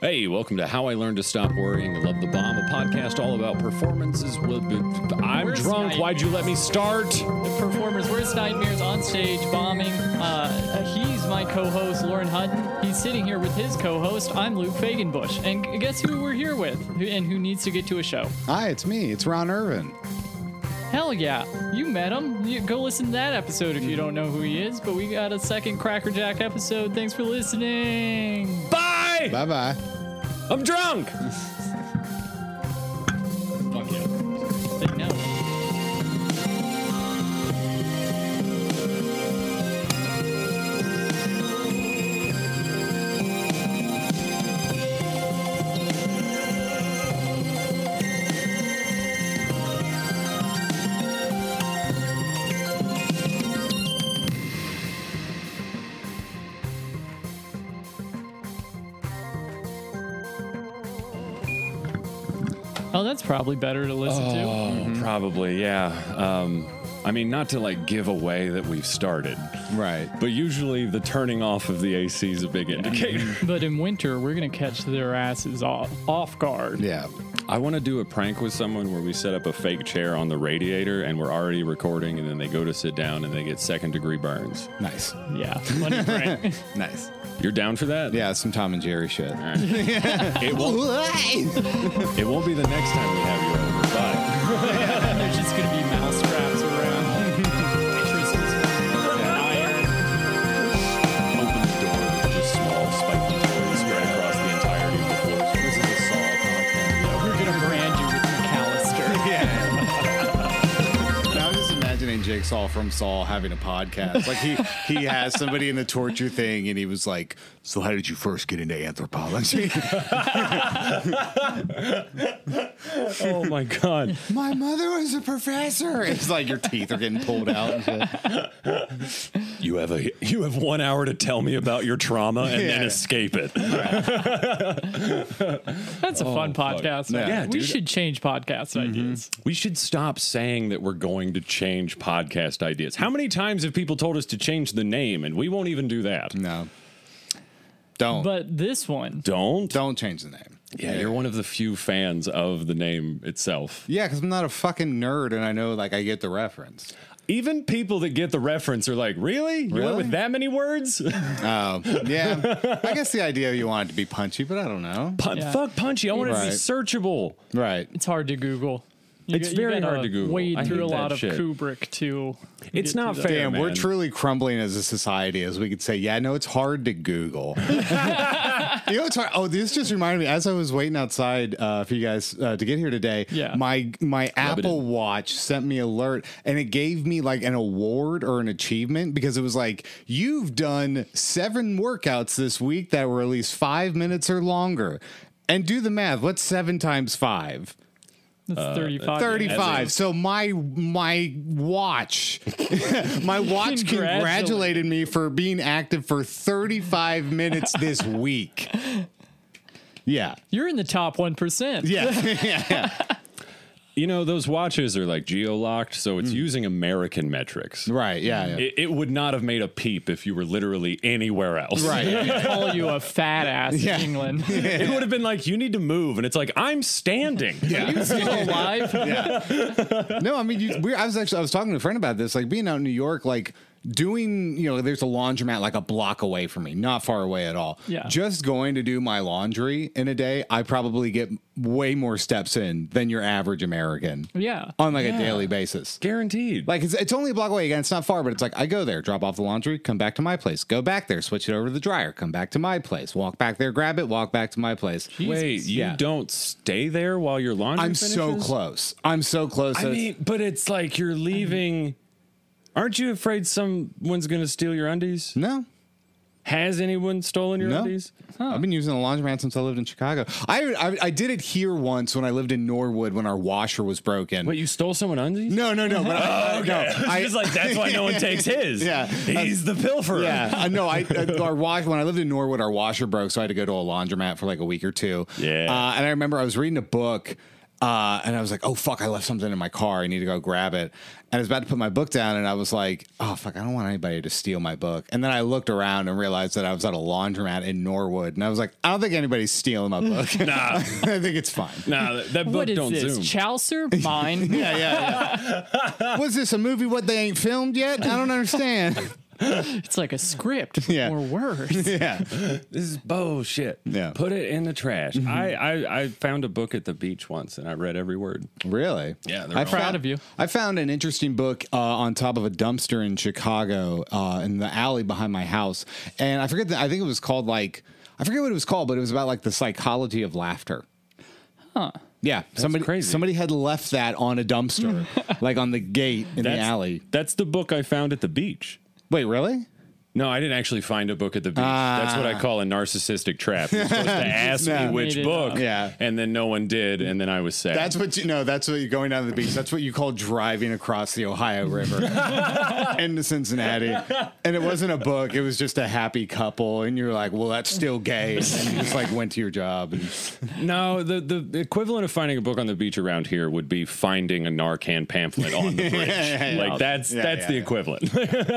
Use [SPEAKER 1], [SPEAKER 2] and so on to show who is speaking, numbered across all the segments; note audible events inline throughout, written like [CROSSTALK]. [SPEAKER 1] Hey, welcome to How I Learned to Stop Worrying and Love the Bomb, a podcast all about performances. with- I'm
[SPEAKER 2] Where's
[SPEAKER 1] drunk.
[SPEAKER 2] my-
[SPEAKER 1] Why'd you let me start?
[SPEAKER 2] performers. Where's Nightmares on stage bombing? Uh, he's my co-host Lauren Hutton. He's sitting here with his co-host. I'm Luke Fagenbush, and g- guess who we're here with, Who- and who needs to get to a show?
[SPEAKER 3] Hi, it's me. It's Ron Irvin.
[SPEAKER 2] Hell yeah, you met him. You, go listen to that episode if you don't know who he is. But we got a second Crackerjack episode. Thanks for listening.
[SPEAKER 1] Bye!
[SPEAKER 3] Bye bye.
[SPEAKER 1] I'm drunk!
[SPEAKER 2] Fuck you. Say no. Oh, that's probably better to listen to.
[SPEAKER 1] Oh. Probably, yeah. Um, I mean, not to like give away that we've started,
[SPEAKER 3] Right.
[SPEAKER 1] but usually the turning off of the AC is a big indicator.
[SPEAKER 2] But in winter, we're gonna catch their asses off off guard.
[SPEAKER 3] Yeah.
[SPEAKER 1] I want to do a prank with someone where we set up a fake chair on the radiator and we're already recording, and then they go to sit down and they get second degree burns.
[SPEAKER 3] Nice.
[SPEAKER 2] Yeah, funny prank.
[SPEAKER 3] Nice.
[SPEAKER 1] You're down for that?
[SPEAKER 3] Yeah, some Tom and Jerry shit.
[SPEAKER 1] It won't, it won't be the next time we have you over, but.
[SPEAKER 2] There's just gonna be mouse traps around. Mattresses. Iron.
[SPEAKER 1] open the door with just small spiky toys spread across the entirety of the floor. So this is a Saw podcast.
[SPEAKER 2] We're gonna brand you with McAllister.
[SPEAKER 3] Yeah. Now I'm just imagining Jake Saul from Saul having a podcast. Like he he has somebody in the torture thing, and he was like, "So how did you first get into [LAUGHS] anthropology?"
[SPEAKER 1] Oh my god.
[SPEAKER 3] My mother was a professor. It's like your teeth are getting pulled out. And shit.
[SPEAKER 1] You have a you have one hour to tell me about your trauma and then
[SPEAKER 3] Yeah.
[SPEAKER 1] escape it.
[SPEAKER 2] That's a fun podcast.
[SPEAKER 3] Yeah.
[SPEAKER 1] Oh, Yeah,
[SPEAKER 2] we
[SPEAKER 1] dude. Mm-hmm.
[SPEAKER 2] should change podcast ideas.
[SPEAKER 1] We should stop saying that we're going to change podcast ideas. How many times have people told us to change the name and we won't even do that?
[SPEAKER 3] No, don't
[SPEAKER 2] But this one,
[SPEAKER 1] Don't.
[SPEAKER 3] don't change the name.
[SPEAKER 1] Yeah, you're one of the few fans of the name itself.
[SPEAKER 3] Yeah, because I'm not a fucking nerd, and I know like I get the reference.
[SPEAKER 1] Even people that get the reference are like, "Really? You went
[SPEAKER 3] Really?
[SPEAKER 1] with that many
[SPEAKER 3] [LAUGHS]
[SPEAKER 1] words?
[SPEAKER 3] Oh, yeah. I guess the idea you want it to be punchy, but I don't know.
[SPEAKER 1] Pun-
[SPEAKER 2] Yeah.
[SPEAKER 1] Fuck punchy. I want it to be
[SPEAKER 3] Right.
[SPEAKER 1] searchable."
[SPEAKER 3] Right.
[SPEAKER 2] it's hard to Google. You
[SPEAKER 1] It's
[SPEAKER 2] got- you
[SPEAKER 1] very
[SPEAKER 2] gotta
[SPEAKER 1] hard to Google.
[SPEAKER 2] Wade
[SPEAKER 1] I hate
[SPEAKER 2] through a
[SPEAKER 1] that
[SPEAKER 2] lot of
[SPEAKER 1] shit.
[SPEAKER 2] Kubrick to.
[SPEAKER 1] It's
[SPEAKER 2] get
[SPEAKER 1] not
[SPEAKER 2] to
[SPEAKER 1] fair.
[SPEAKER 2] that.
[SPEAKER 3] Damn, we're
[SPEAKER 1] man.
[SPEAKER 3] truly crumbling as a society as we could say, yeah, no, it's hard to Google. you know, it's hard. Oh, this just reminded me as I was waiting outside uh, for you guys uh, to get here today.
[SPEAKER 2] Yeah.
[SPEAKER 3] My my
[SPEAKER 1] it
[SPEAKER 3] Apple
[SPEAKER 1] in.
[SPEAKER 3] Watch sent me alert and it gave me like an award or an achievement because it was like, you've done seven workouts this week that were at least five minutes or longer. And do the math. What's seven times five?
[SPEAKER 2] That's
[SPEAKER 1] Uh,
[SPEAKER 2] 35.
[SPEAKER 1] As a-
[SPEAKER 3] 35 so my my watch [LAUGHS] my
[SPEAKER 2] Congratulate.
[SPEAKER 3] watch congratulated me for being active for 35 minutes this week yeah
[SPEAKER 2] You're in the top 1%.
[SPEAKER 3] yeah [LAUGHS]
[SPEAKER 1] You know, those watches are like geo locked, so it's using American metrics.
[SPEAKER 3] Hmm. right yeah, yeah.
[SPEAKER 1] It, it would not have made a peep if you were literally anywhere else.
[SPEAKER 3] right
[SPEAKER 2] They call you a fat ass
[SPEAKER 3] Yeah.
[SPEAKER 2] in England.
[SPEAKER 1] [LAUGHS] It would have been like, you need to move. And it's like, I'm
[SPEAKER 3] [LAUGHS]
[SPEAKER 1] standing.
[SPEAKER 2] Are you still alive?
[SPEAKER 3] no i mean you, we, i was actually i was talking to a friend about this like being out in new york like doing you know there's a laundromat like a block away from me not far away at all
[SPEAKER 2] Yeah.
[SPEAKER 3] just going to do my laundry in a day i probably get way more steps in than your average american
[SPEAKER 2] Yeah.
[SPEAKER 3] on like a daily basis
[SPEAKER 1] Guaranteed.
[SPEAKER 3] Like it's, it's only a block away again. It's not far, but it's like I go there, drop off the laundry, come back to my place, go back there, switch it over to the dryer, come back to my place, walk back there, grab it, walk back to my place.
[SPEAKER 1] Wait, you
[SPEAKER 3] Yeah.
[SPEAKER 1] don't stay there while your laundry
[SPEAKER 3] I'm so
[SPEAKER 1] finishes?
[SPEAKER 3] close. I'm so close.
[SPEAKER 1] I
[SPEAKER 3] So it's-
[SPEAKER 1] mean, but it's like you're leaving. Aren't you afraid someone's going to steal your undies?
[SPEAKER 3] no.
[SPEAKER 1] Has anyone stolen your
[SPEAKER 3] No.
[SPEAKER 1] undies?
[SPEAKER 3] I've been using the laundromat since I lived in Chicago. I, I I did it here once when I lived in Norwood when our washer was broken.
[SPEAKER 1] Wait, you stole someone undies?
[SPEAKER 3] No, no, no. But I,
[SPEAKER 1] [LAUGHS]
[SPEAKER 3] I- no, I-
[SPEAKER 1] She's like, that's why no one
[SPEAKER 3] [LAUGHS]
[SPEAKER 1] takes his.
[SPEAKER 3] Yeah.
[SPEAKER 1] He's the pilferer.
[SPEAKER 3] Yeah, [LAUGHS] I know. I uh, our wash when I lived in Norwood, our washer broke, so I had to go to a laundromat for like a week or two.
[SPEAKER 1] Yeah.
[SPEAKER 3] uh, and I remember I was reading a book. Uh, and I was like, oh, fuck, I left something in my car. I need to go grab it. And I was about to put my book down, and I was like, oh, fuck, I don't want anybody to steal my book. And then I looked around and realized that I was at a laundromat in Norwood. And I was like, I don't think anybody's stealing my book.
[SPEAKER 1] Nah.
[SPEAKER 3] [LAUGHS] I think it's fine.
[SPEAKER 1] [LAUGHS] Nah, that, that book
[SPEAKER 2] What is
[SPEAKER 1] don't
[SPEAKER 2] this?
[SPEAKER 1] zoom. [LAUGHS]
[SPEAKER 2] Chaucer? Mine.
[SPEAKER 3] Yeah, yeah, yeah. [LAUGHS] Was this a movie what they ain't filmed yet? I don't understand. [LAUGHS]
[SPEAKER 2] It's like a script. with
[SPEAKER 3] Yeah.
[SPEAKER 1] [LAUGHS]
[SPEAKER 2] More words.
[SPEAKER 3] yeah.
[SPEAKER 1] this is bullshit.
[SPEAKER 3] Yeah. Mm-hmm.
[SPEAKER 1] Put it in the trash. I, I, I found a book at the beach once and I read every word.
[SPEAKER 3] Really?
[SPEAKER 1] Yeah, they're
[SPEAKER 3] I
[SPEAKER 1] all-
[SPEAKER 3] found-
[SPEAKER 2] Proud of you.
[SPEAKER 3] I found an interesting book uh, on top of a dumpster in Chicago uh, in the alley behind my house, and I forget. The, I think it was called like I forget what it was called, but it was about like the psychology of laughter. Yeah, somebody
[SPEAKER 1] crazy.
[SPEAKER 3] somebody had left that on
[SPEAKER 2] [LAUGHS]
[SPEAKER 3] a dumpster, like on the gate in the alley.
[SPEAKER 1] That's the book I found at the beach.
[SPEAKER 3] Wait, really?
[SPEAKER 1] No, I didn't actually find a book at the beach. That's what I call a narcissistic trap. You're supposed to
[SPEAKER 3] [LAUGHS]
[SPEAKER 1] ask
[SPEAKER 3] Ah. No.
[SPEAKER 1] me
[SPEAKER 2] Made
[SPEAKER 1] which
[SPEAKER 2] it
[SPEAKER 1] book,
[SPEAKER 3] up. Yeah.
[SPEAKER 1] and then no one did, and then I was sad.
[SPEAKER 3] That's what you know. That's what you're going down to the beach. That's what you call driving across the Ohio River into Cincinnati. And it wasn't a book. It was just a happy couple. And you're like, well, that's still gay. And you just like went to your job. And,
[SPEAKER 1] no, the, the the equivalent of finding a book on the beach around here would be finding a Narcan pamphlet on [LAUGHS] the bridge. Like that's
[SPEAKER 3] Yeah,
[SPEAKER 1] that's
[SPEAKER 3] yeah,
[SPEAKER 1] the
[SPEAKER 3] yeah.
[SPEAKER 1] equivalent.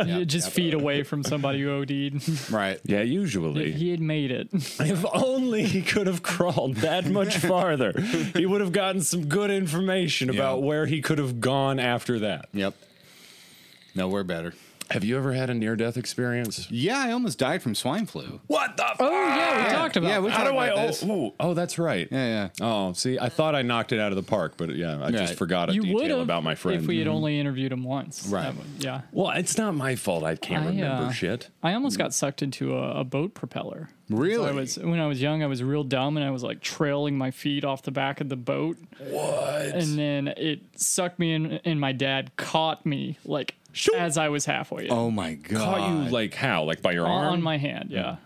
[SPEAKER 2] You Just feet away from somebody who OD'd. [LAUGHS]
[SPEAKER 3] right.
[SPEAKER 1] [LAUGHS] yeah, usually.
[SPEAKER 2] he had made it.
[SPEAKER 1] If only he could have crawled that [LAUGHS] much farther, he would have gotten some good information about where he could have gone after that.
[SPEAKER 3] Yep. No, we're better.
[SPEAKER 1] Have you ever had a near death experience?
[SPEAKER 3] Yeah, I almost died from swine flu.
[SPEAKER 1] What the
[SPEAKER 2] Oh yeah, we talked about.
[SPEAKER 3] yeah,
[SPEAKER 2] that.
[SPEAKER 3] we
[SPEAKER 1] How
[SPEAKER 3] talked
[SPEAKER 1] do I?
[SPEAKER 3] about
[SPEAKER 1] Oh,
[SPEAKER 3] this.
[SPEAKER 1] ooh, oh, that's right.
[SPEAKER 3] Yeah, yeah.
[SPEAKER 1] Oh, see, I thought I knocked it out of the park, but yeah, I just
[SPEAKER 3] Right.
[SPEAKER 1] forgot a
[SPEAKER 2] you would
[SPEAKER 1] detail
[SPEAKER 2] have
[SPEAKER 1] about my friend.
[SPEAKER 2] if we had only interviewed him once.
[SPEAKER 3] Right.
[SPEAKER 2] That would- yeah.
[SPEAKER 1] well, it's not my fault. I can't
[SPEAKER 2] I,
[SPEAKER 1] remember
[SPEAKER 2] uh,
[SPEAKER 1] shit.
[SPEAKER 2] I almost got sucked into a, a boat propeller. So I
[SPEAKER 3] Really?
[SPEAKER 2] was when I was young, I was real dumb, and I was like trailing my feet off the back of the boat,
[SPEAKER 1] What?
[SPEAKER 2] and then it sucked me in, and my dad caught me like
[SPEAKER 1] Shoo.
[SPEAKER 2] as I was halfway in,
[SPEAKER 3] Oh my God.
[SPEAKER 1] Caught you like how? Like by your
[SPEAKER 2] on
[SPEAKER 1] arm?
[SPEAKER 2] my hand. Yeah,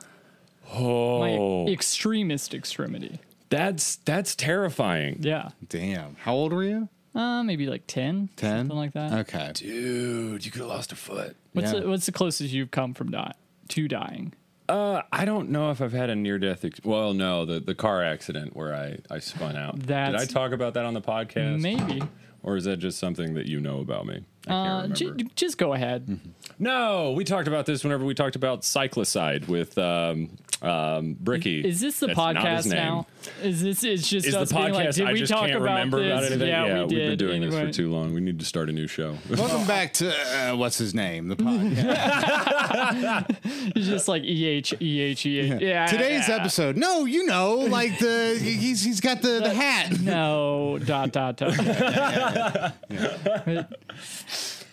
[SPEAKER 1] oh,
[SPEAKER 2] my extremist extremity.
[SPEAKER 1] that's that's terrifying.
[SPEAKER 2] Yeah,
[SPEAKER 3] Damn. How old were you?
[SPEAKER 2] uh, maybe like ten,
[SPEAKER 3] 10?
[SPEAKER 2] something like that.
[SPEAKER 3] Okay.
[SPEAKER 1] Dude, you could have lost a foot.
[SPEAKER 2] What's
[SPEAKER 3] Yeah.
[SPEAKER 2] the, what's the closest you've come from not to dying?
[SPEAKER 1] Uh, I don't know if I've had a near death. Ex- well, no, the, the car accident where I I spun out. Did I
[SPEAKER 2] That's-
[SPEAKER 1] talk about that on the podcast?
[SPEAKER 2] Maybe.
[SPEAKER 1] Or is that just something that you know about me? I can't
[SPEAKER 2] Uh,
[SPEAKER 1] remember.
[SPEAKER 2] j- just go ahead.
[SPEAKER 3] Mm-hmm.
[SPEAKER 1] No, we talked about this whenever we talked about cyclicide with um, um, Bricky.
[SPEAKER 2] Is this the
[SPEAKER 1] That's not his
[SPEAKER 2] podcast
[SPEAKER 1] name.
[SPEAKER 2] now? Is this it's just
[SPEAKER 1] Is
[SPEAKER 2] us
[SPEAKER 1] the
[SPEAKER 2] being like,
[SPEAKER 1] podcast?
[SPEAKER 2] did
[SPEAKER 1] I
[SPEAKER 2] we
[SPEAKER 1] just
[SPEAKER 2] talk
[SPEAKER 1] can't
[SPEAKER 2] about
[SPEAKER 1] remember
[SPEAKER 2] this?
[SPEAKER 1] about anything.
[SPEAKER 2] Yeah, we
[SPEAKER 1] have been
[SPEAKER 2] did.
[SPEAKER 1] doing this for
[SPEAKER 2] Anyway.
[SPEAKER 1] too long. We need to start a new show. [LAUGHS]
[SPEAKER 3] Welcome back to uh, what's his name? The podcast.
[SPEAKER 2] [LAUGHS] It's just like eh eh eh. Yeah.
[SPEAKER 3] Today's episode. No, you know, like the he's he's got the, the hat.
[SPEAKER 2] No dot dot dot.
[SPEAKER 3] [LAUGHS]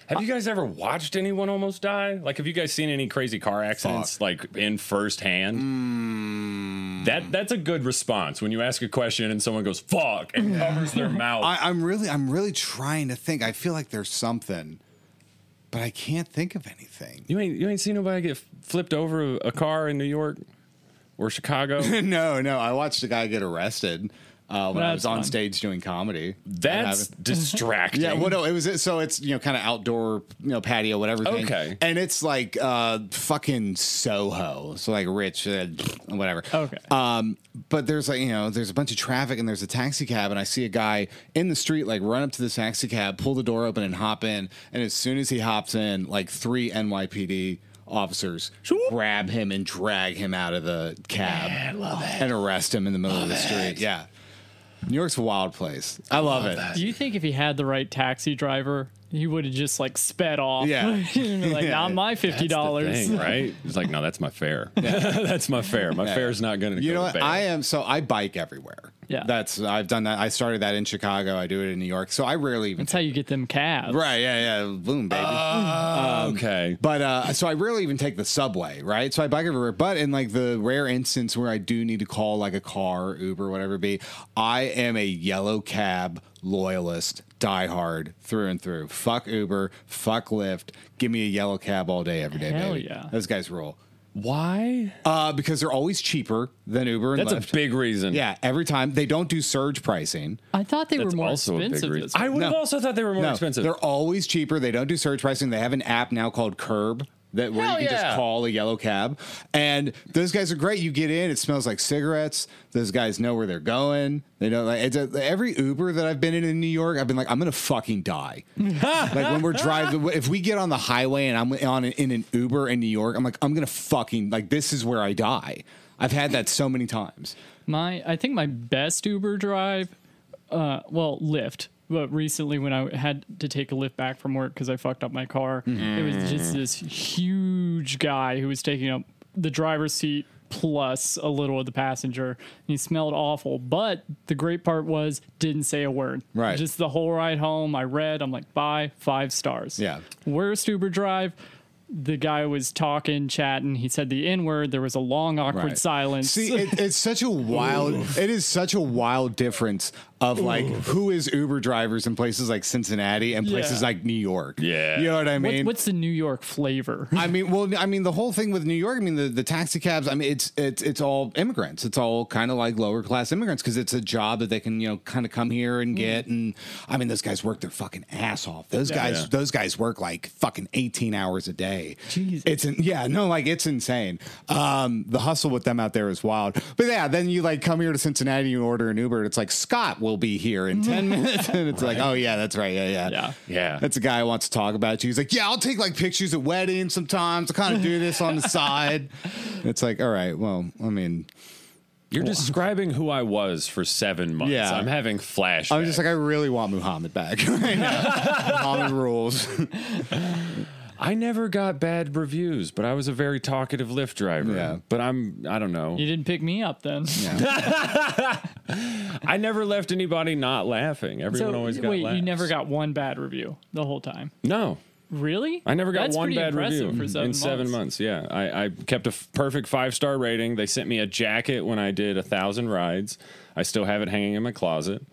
[SPEAKER 1] have you guys ever watched anyone almost die? Like, have you guys seen any crazy car accidents, like in firsthand?
[SPEAKER 3] Hmm.
[SPEAKER 1] That that's a good response when you ask a question and someone goes "fuck"
[SPEAKER 3] [LAUGHS]
[SPEAKER 1] and covers their mouth.
[SPEAKER 3] I, I'm really, I'm really trying to think. I feel like there's something, but I can't think of anything.
[SPEAKER 1] you ain't you ain't seen nobody get flipped over a, a car in New York or Chicago.
[SPEAKER 3] [LAUGHS] no, no. [LAUGHS] I watched a guy get arrested uh, when I was
[SPEAKER 2] That's
[SPEAKER 3] on
[SPEAKER 2] fun.
[SPEAKER 3] stage doing comedy.
[SPEAKER 1] That's
[SPEAKER 3] I haven't- [LAUGHS]
[SPEAKER 1] distracting.
[SPEAKER 3] yeah. Well, no, it was so it's you know kind of outdoor, you know, patio, whatever. Thing.
[SPEAKER 1] Okay.
[SPEAKER 3] And it's like uh, fucking Soho, so like rich, uh, whatever.
[SPEAKER 2] Okay.
[SPEAKER 3] Um, but there's like you know there's a bunch of traffic and there's a taxi cab and I see a guy in the street like run up to the taxi cab, pull the door open and hop in. And as soon as he hops in, like three NYPD officers grab him and drag him out of the cab and arrest him in the middle of the street. Yeah. New York's a wild place. I love, it.
[SPEAKER 2] Do you think if he had the right taxi driver, he would have just like sped off?
[SPEAKER 3] Yeah.
[SPEAKER 2] [LAUGHS] He'd be like not my fifty dollars.
[SPEAKER 1] thing, right? It's like, no, that's my
[SPEAKER 3] [LAUGHS]
[SPEAKER 1] fare. [LAUGHS] that's my fare. My fare's not going to go
[SPEAKER 3] You know
[SPEAKER 1] to
[SPEAKER 3] what?
[SPEAKER 1] bail.
[SPEAKER 3] I am so I bike everywhere.
[SPEAKER 2] Yeah.
[SPEAKER 3] That's I've done that. I started that in Chicago. I do it in New York. So I rarely even
[SPEAKER 2] That's how you get them cabs.
[SPEAKER 3] Right, yeah, yeah. Boom, baby.
[SPEAKER 1] okay.
[SPEAKER 3] um, But uh, so I rarely even take the subway, right? So I bike everywhere. But in like the rare instance where I do need to call like a car, Uber, whatever it be, I am a yellow cab loyalist, diehard through and through. Fuck Uber, fuck Lyft. Give me a yellow cab all day, every day,
[SPEAKER 2] Hell
[SPEAKER 3] baby.
[SPEAKER 2] yeah.
[SPEAKER 3] Those guys rule.
[SPEAKER 1] Why?
[SPEAKER 3] Uh, because they're always cheaper than Uber and
[SPEAKER 1] That's
[SPEAKER 3] Lyft.
[SPEAKER 1] a big reason.
[SPEAKER 3] yeah, every time they don't do surge pricing.
[SPEAKER 2] I thought they
[SPEAKER 1] That's
[SPEAKER 2] were more
[SPEAKER 1] also a big
[SPEAKER 2] expensive.
[SPEAKER 1] reason.
[SPEAKER 2] this
[SPEAKER 1] I would have
[SPEAKER 3] No.
[SPEAKER 1] also thought they were more
[SPEAKER 3] No,
[SPEAKER 1] expensive.
[SPEAKER 3] They're always cheaper. They don't do surge pricing. They have an app now called Curb that where
[SPEAKER 1] Hell
[SPEAKER 3] you can just
[SPEAKER 1] yeah.
[SPEAKER 3] call a yellow cab. And those guys are great. You get in, it smells like cigarettes. Those guys know where they're going. They know like it's a, every Uber that I've been in in New York, I've been like, I'm gonna
[SPEAKER 1] [LAUGHS]
[SPEAKER 3] fucking die. like when we're driving, if we get on the highway and I'm on an, in an Uber in New York, I'm like, I'm gonna fucking like this is where I die. I've had that so many times.
[SPEAKER 2] My, I think my best Uber drive, uh, well, Lyft. But recently, when I had to take a lift back from work because I fucked up my car, it was
[SPEAKER 3] Mm.
[SPEAKER 2] just this huge guy who was taking up the driver's seat plus a little of the passenger. And he smelled awful, but the great part was didn't say a word.
[SPEAKER 3] Right.
[SPEAKER 2] just the whole ride home. I read. I'm like, bye, five stars.
[SPEAKER 3] Yeah.
[SPEAKER 2] Worst Uber drive. The guy was talking, chatting. He said the N word. There was a long, awkward
[SPEAKER 3] Right.
[SPEAKER 2] silence.
[SPEAKER 3] See, it, it's such a wild. It is such a wild difference of like who is Uber drivers in places like Cincinnati and places
[SPEAKER 2] Yeah.
[SPEAKER 3] like New York.
[SPEAKER 1] Yeah.
[SPEAKER 3] you know what I
[SPEAKER 2] What-
[SPEAKER 3] mean.
[SPEAKER 2] what's the New York flavor?
[SPEAKER 3] I mean, well, I mean, the whole thing with New York. I mean, the, the taxi cabs. I mean, it's it's it's all immigrants. It's all kind of like lower class immigrants because it's a job that they can you know kind of come here and get. And I mean, those guys work their fucking ass off. Those guys,
[SPEAKER 1] Yeah.
[SPEAKER 3] those guys work like fucking eighteen hours a day.
[SPEAKER 2] Jesus.
[SPEAKER 3] It's in, yeah, no, like it's insane. Um, the hustle with them out there is wild. But yeah, then you like come here to Cincinnati, you order an Uber, and it's like Scott will be here in ten minutes, [LAUGHS] and it's like, oh yeah, that's right, yeah, yeah,
[SPEAKER 2] Yeah.
[SPEAKER 1] Yeah.
[SPEAKER 3] That's a guy who wants to talk about you. He's like, yeah, I'll take like pictures at weddings sometimes. I kind of do this [LAUGHS] on the side. It's like, all right, well, I mean,
[SPEAKER 1] You're describing who I was for seven months.
[SPEAKER 3] Yeah.
[SPEAKER 1] I'm having flashbacks.
[SPEAKER 3] I'm just like, I really want Muhammad back. [LAUGHS] right now. Muhammad rules.
[SPEAKER 1] I never got bad reviews, but I was a very talkative Lyft driver.
[SPEAKER 3] Yeah.
[SPEAKER 1] But I'm, I don't know.
[SPEAKER 2] [LAUGHS] You didn't pick me up then.
[SPEAKER 1] I never left anybody not laughing. Everyone
[SPEAKER 2] So
[SPEAKER 1] always got
[SPEAKER 2] wait,
[SPEAKER 1] laughs.
[SPEAKER 2] you never got one bad review the whole time.
[SPEAKER 1] No.
[SPEAKER 2] Really?
[SPEAKER 1] I never got
[SPEAKER 2] That's
[SPEAKER 1] one
[SPEAKER 2] pretty
[SPEAKER 1] bad
[SPEAKER 2] impressive
[SPEAKER 1] review
[SPEAKER 2] for seven
[SPEAKER 1] in seven months. Yeah, I, I kept a f- perfect five star rating. They sent me a jacket when I did a thousand rides. I still have it hanging in my closet.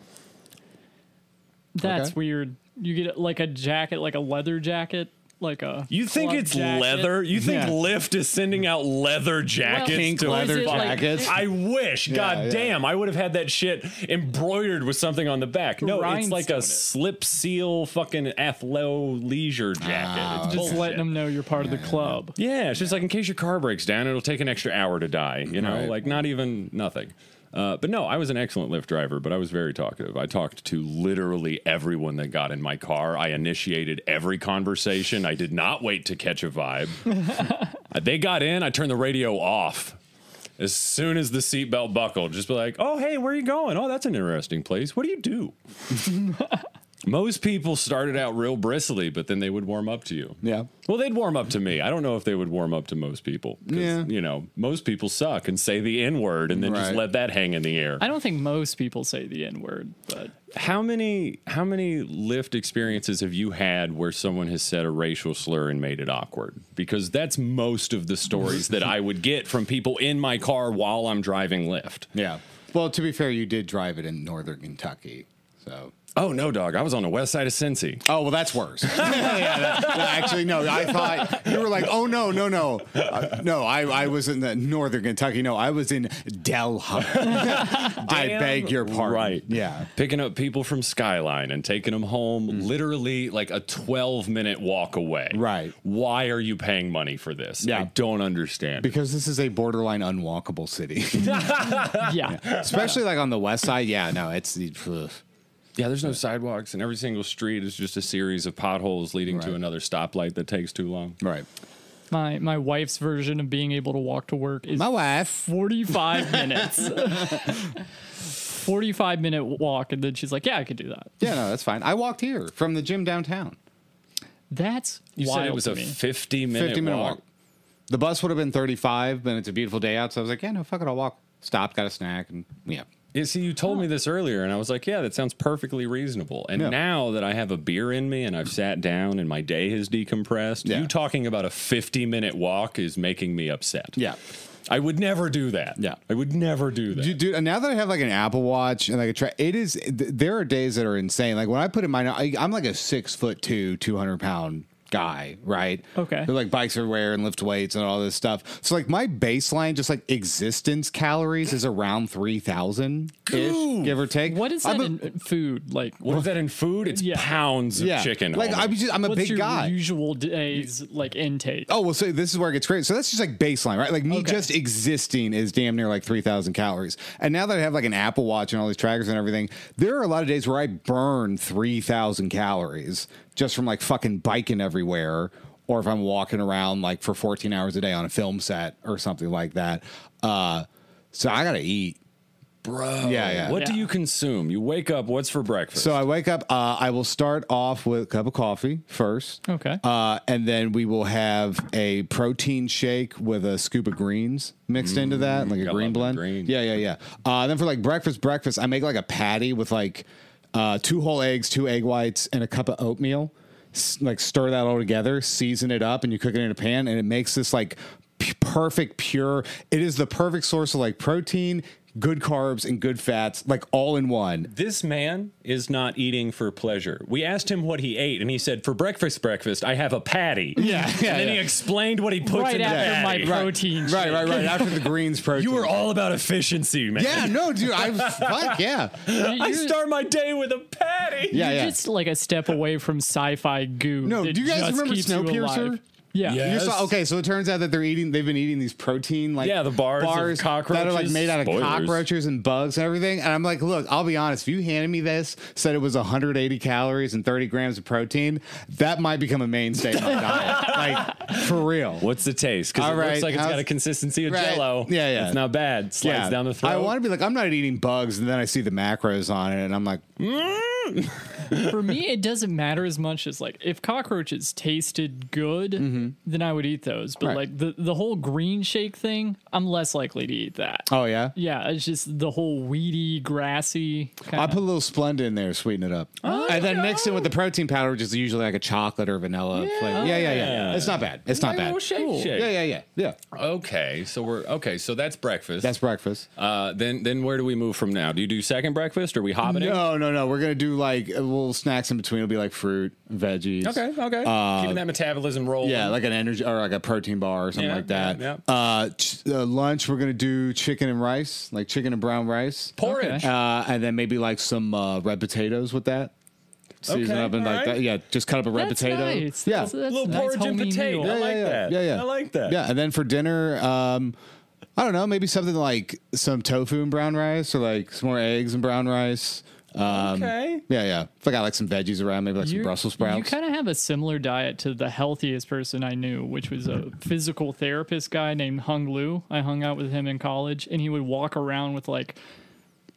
[SPEAKER 2] That's
[SPEAKER 3] Okay.
[SPEAKER 2] weird. You get like a jacket, like a leather jacket, like a.
[SPEAKER 1] You think
[SPEAKER 2] club
[SPEAKER 1] it's
[SPEAKER 2] jacket.
[SPEAKER 1] leather? You think
[SPEAKER 3] Yeah.
[SPEAKER 1] Lyft is sending out leather jackets?
[SPEAKER 3] Pink
[SPEAKER 1] to
[SPEAKER 2] Well,
[SPEAKER 3] leather
[SPEAKER 2] is it like-
[SPEAKER 3] jackets.
[SPEAKER 1] I wish. God
[SPEAKER 3] yeah.
[SPEAKER 1] damn, I would have had that shit embroidered with something on the back. No, it's like
[SPEAKER 2] Rhinestone
[SPEAKER 1] a
[SPEAKER 2] it.
[SPEAKER 1] slip seal fucking athlo leisure jacket. It's
[SPEAKER 2] Oh, Just
[SPEAKER 1] bullshit.
[SPEAKER 2] letting them know you're part of the club.
[SPEAKER 1] Yeah, it's just like in case your car breaks down, it'll take an extra hour to die. You know,
[SPEAKER 3] Right.
[SPEAKER 1] like not even nothing. Uh, but no, I was an excellent Lyft driver, but I was very talkative. I talked to literally everyone that got in my car. I initiated every conversation. I did not wait to catch a vibe. Uh, they got in, I turned the radio off. As soon as the seatbelt buckled, just be like, oh, hey, where are you going? Oh, that's an interesting place. What do you do? Most people started out real bristly, but then they would warm up to you.
[SPEAKER 3] [LAUGHS] Yeah.
[SPEAKER 1] Well, they'd warm up to me. I don't know if they would warm up to most people. 'cause,
[SPEAKER 3] Yeah.
[SPEAKER 1] You know, most people suck and say the N word and then just
[SPEAKER 3] Right.
[SPEAKER 1] let that hang in the air.
[SPEAKER 2] I don't think most people say the N word,
[SPEAKER 1] [LAUGHS]
[SPEAKER 2] but
[SPEAKER 1] How many how many Lyft experiences have you had where someone has said a racial slur and made it awkward? Because that's most of the stories that I would get from people in my car while I'm driving Lyft.
[SPEAKER 3] Yeah. Well, to be fair, you did drive it in northern Kentucky. So.
[SPEAKER 1] Oh no, dog! I was on the west side of Cincy.
[SPEAKER 3] Oh well, that's [LAUGHS] worse. Yeah, that- that- actually, no. I thought you were like, oh no, no, no, Uh, no. I, I was in the northern Kentucky. No, I was in Delhi. [LAUGHS] I beg your pardon.
[SPEAKER 1] Right.
[SPEAKER 3] Yeah.
[SPEAKER 1] Picking up people from Skyline and taking them home literally like a 12 minute walk away.
[SPEAKER 3] Right.
[SPEAKER 1] Why are you paying money for this?
[SPEAKER 3] Yeah.
[SPEAKER 1] I don't understand.
[SPEAKER 3] Because this is a borderline unwalkable city, [LAUGHS]
[SPEAKER 2] yeah.
[SPEAKER 3] especially like on the west side. Yeah. No, it's the. ugh.
[SPEAKER 1] yeah, there's no sidewalks, and every single street is just a series of potholes leading to
[SPEAKER 3] Right.
[SPEAKER 1] another stoplight that takes too long.
[SPEAKER 3] Right.
[SPEAKER 2] My my wife's version of being able to walk to work is [LAUGHS]
[SPEAKER 3] My wife.
[SPEAKER 2] 45 minutes. [LAUGHS] 45 minute walk, and then she's like, "Yeah, I could do that."
[SPEAKER 3] Yeah. No, that's fine. I walked here from the gym downtown.
[SPEAKER 2] That's
[SPEAKER 1] You
[SPEAKER 2] wild
[SPEAKER 1] said it was
[SPEAKER 2] to
[SPEAKER 1] a
[SPEAKER 2] me.
[SPEAKER 1] 50 minute,
[SPEAKER 3] 50 minute
[SPEAKER 1] walk.
[SPEAKER 3] walk. The bus would have been 35, but it's a beautiful day out. So I was like, yeah, no, fuck it. I'll walk. Stopped, got a snack, and yeah.
[SPEAKER 1] Yeah, see, you told me this earlier, and I was like, yeah, that sounds perfectly reasonable. And
[SPEAKER 3] Yeah.
[SPEAKER 1] now that I have a beer in me and I've sat down and my day has decompressed,
[SPEAKER 3] Yeah.
[SPEAKER 1] you talking about a 50 minute walk is making me upset.
[SPEAKER 3] Yeah.
[SPEAKER 1] I would never do that.
[SPEAKER 3] Yeah.
[SPEAKER 1] I would never do that.
[SPEAKER 3] Dude, dude, and now that I have like an Apple Watch and like a track, it is. th- There are days that are insane. Like when I put in mine, I, I'm like a six foot two, two hundred pound guy, right?
[SPEAKER 2] Okay.
[SPEAKER 3] Who like bikes everywhere and lift weights and all this stuff. So like my baseline, just like existence calories, is around three thousand, give or take.
[SPEAKER 2] What is that
[SPEAKER 3] I'm a-
[SPEAKER 2] in food like?
[SPEAKER 1] What is that in food? It's
[SPEAKER 2] Yeah.
[SPEAKER 1] pounds of
[SPEAKER 3] yeah,
[SPEAKER 1] chicken.
[SPEAKER 3] Like
[SPEAKER 1] homie.
[SPEAKER 3] I'm just I'm a
[SPEAKER 2] What's
[SPEAKER 3] big
[SPEAKER 2] your
[SPEAKER 3] guy.
[SPEAKER 2] usual days like intake?
[SPEAKER 3] Oh well, so this is where it gets great. So that's just like baseline, right? Like me
[SPEAKER 2] Okay.
[SPEAKER 3] just existing is damn near like three thousand calories. And now that I have like an Apple Watch and all these trackers and everything, there are a lot of days where I burn three thousand calories just from like fucking biking everywhere, or if I'm walking around like for fourteen hours a day on a film set or something like that. Uh, so I gotta eat, bro. Yeah, yeah.
[SPEAKER 1] What do
[SPEAKER 2] Yeah.
[SPEAKER 1] you consume? You wake up. What's for breakfast?
[SPEAKER 3] So I wake up. Uh, I will start off with a cup of coffee first.
[SPEAKER 2] Okay.
[SPEAKER 3] Uh, and then we will have a protein shake with a scoop of greens mixed into that, like a
[SPEAKER 1] Mm, I
[SPEAKER 3] green
[SPEAKER 1] love the
[SPEAKER 3] blend.
[SPEAKER 1] green.
[SPEAKER 3] Yeah, yeah, yeah. Uh, then for like breakfast, breakfast, I make like a patty with like uh, two whole eggs, two egg whites, and a cup of oatmeal. S- like stir that all together, season it up, and you cook it in a pan, and it makes this like p- perfect, pure. It is the perfect source of like protein, good carbs, and good fats, like all in one.
[SPEAKER 1] this man is not eating for pleasure. We asked him what he ate, and he said, "For breakfast, breakfast, I have a patty."
[SPEAKER 3] Yeah, yeah,
[SPEAKER 1] and then he
[SPEAKER 3] yeah.
[SPEAKER 1] explained what he puts
[SPEAKER 2] Right
[SPEAKER 1] in
[SPEAKER 2] after
[SPEAKER 1] the
[SPEAKER 2] my
[SPEAKER 1] patty.
[SPEAKER 2] Right. protein
[SPEAKER 3] Right,
[SPEAKER 2] shake.
[SPEAKER 3] right, right. After the greens
[SPEAKER 1] [LAUGHS]
[SPEAKER 3] protein.
[SPEAKER 1] You were all about efficiency, man.
[SPEAKER 3] Yeah, no, dude. I was
[SPEAKER 1] [LAUGHS]
[SPEAKER 3] fuck yeah.
[SPEAKER 1] I
[SPEAKER 2] You're-
[SPEAKER 1] start my day with a patty.
[SPEAKER 3] Yeah,
[SPEAKER 2] You're
[SPEAKER 3] yeah.
[SPEAKER 2] just like a step away from sci-fi goo.
[SPEAKER 3] No,
[SPEAKER 2] that
[SPEAKER 3] do you guys
[SPEAKER 2] just
[SPEAKER 3] remember
[SPEAKER 2] keeps you
[SPEAKER 3] Snowpiercer?
[SPEAKER 2] alive. Yeah.
[SPEAKER 1] Yeah.
[SPEAKER 3] You saw,
[SPEAKER 1] Yes.
[SPEAKER 3] okay, so it turns out that they're eating. They've been eating these protein, like
[SPEAKER 1] Yeah, the bars of
[SPEAKER 3] that are like
[SPEAKER 1] cockroaches.
[SPEAKER 3] made out of
[SPEAKER 1] Spoilers.
[SPEAKER 3] cockroaches and bugs and everything. And I'm like, look, I'll be honest. If you handed me this, said it was 180 calories and 30 grams of protein, that might become a
[SPEAKER 1] [LAUGHS]
[SPEAKER 3] mainstay of my diet, like for real.
[SPEAKER 1] What's the taste? Because
[SPEAKER 3] All
[SPEAKER 1] it
[SPEAKER 3] right,
[SPEAKER 1] looks like it's
[SPEAKER 3] how's-
[SPEAKER 1] got a consistency of
[SPEAKER 3] Right.
[SPEAKER 1] Jello.
[SPEAKER 3] Yeah, yeah.
[SPEAKER 1] It's not bad. Slides down the throat.
[SPEAKER 3] I want to be like, I'm not eating bugs, and then I see the macros on it, and I'm like,
[SPEAKER 1] Mm.
[SPEAKER 2] For me, it doesn't matter as much as like if cockroaches tasted good, then I would eat those. But
[SPEAKER 3] Mm-hmm. Right.
[SPEAKER 2] like the the whole green shake thing, I'm less likely to eat that.
[SPEAKER 3] oh yeah.
[SPEAKER 2] Yeah, it's just the whole weedy, grassy. Kind
[SPEAKER 3] I put a little Splenda in there, sweeten it up,
[SPEAKER 1] Oh,
[SPEAKER 3] and then mix it with the protein powder, which is usually like a chocolate or vanilla flavor. Yeah, yeah, yeah.
[SPEAKER 1] Yeah.
[SPEAKER 3] It's not bad. It's not bad.
[SPEAKER 2] Cool.
[SPEAKER 3] Yeah, yeah, yeah, yeah.
[SPEAKER 1] Okay, so we're okay. So that's breakfast.
[SPEAKER 3] That's breakfast.
[SPEAKER 1] uh, then then where do we move from now? Do you do second breakfast? Or are we hobbiting?
[SPEAKER 3] No, no, no. We're gonna do like a little snacks in between. It'll be like fruit, veggies.
[SPEAKER 1] Okay, okay. Keeping that metabolism rolling.
[SPEAKER 3] Um, Yeah, like an energy or like a protein bar or something
[SPEAKER 1] Yeah,
[SPEAKER 3] like that.
[SPEAKER 1] yeah,
[SPEAKER 3] Uh, ch- uh, lunch, we're gonna do chicken and rice, like chicken and brown rice,
[SPEAKER 1] porridge.
[SPEAKER 3] uh, and then maybe like some uh, red potatoes with that. Season
[SPEAKER 1] Okay,
[SPEAKER 3] up and
[SPEAKER 1] all
[SPEAKER 3] like
[SPEAKER 1] right.
[SPEAKER 3] that. Yeah, just cut up a red
[SPEAKER 2] That's
[SPEAKER 3] potato.
[SPEAKER 2] nice.
[SPEAKER 3] Yeah,
[SPEAKER 2] That's, that's
[SPEAKER 1] Little
[SPEAKER 2] a nice
[SPEAKER 1] porridge and
[SPEAKER 2] homey
[SPEAKER 1] potato.
[SPEAKER 2] meal.
[SPEAKER 1] I like that.
[SPEAKER 3] Yeah, yeah.
[SPEAKER 1] I like that.
[SPEAKER 3] Yeah, and then for dinner, um, I don't know, maybe something like some tofu and brown rice, or like some more eggs and brown rice. Um,
[SPEAKER 1] Okay.
[SPEAKER 3] Yeah, yeah. If I got like some veggies around, maybe like some
[SPEAKER 2] You're-
[SPEAKER 3] Brussels sprouts.
[SPEAKER 2] You kind of have a similar diet to the healthiest person I knew, which was a physical therapist guy named Hung Lu. I hung out with him in college, and he would walk around with like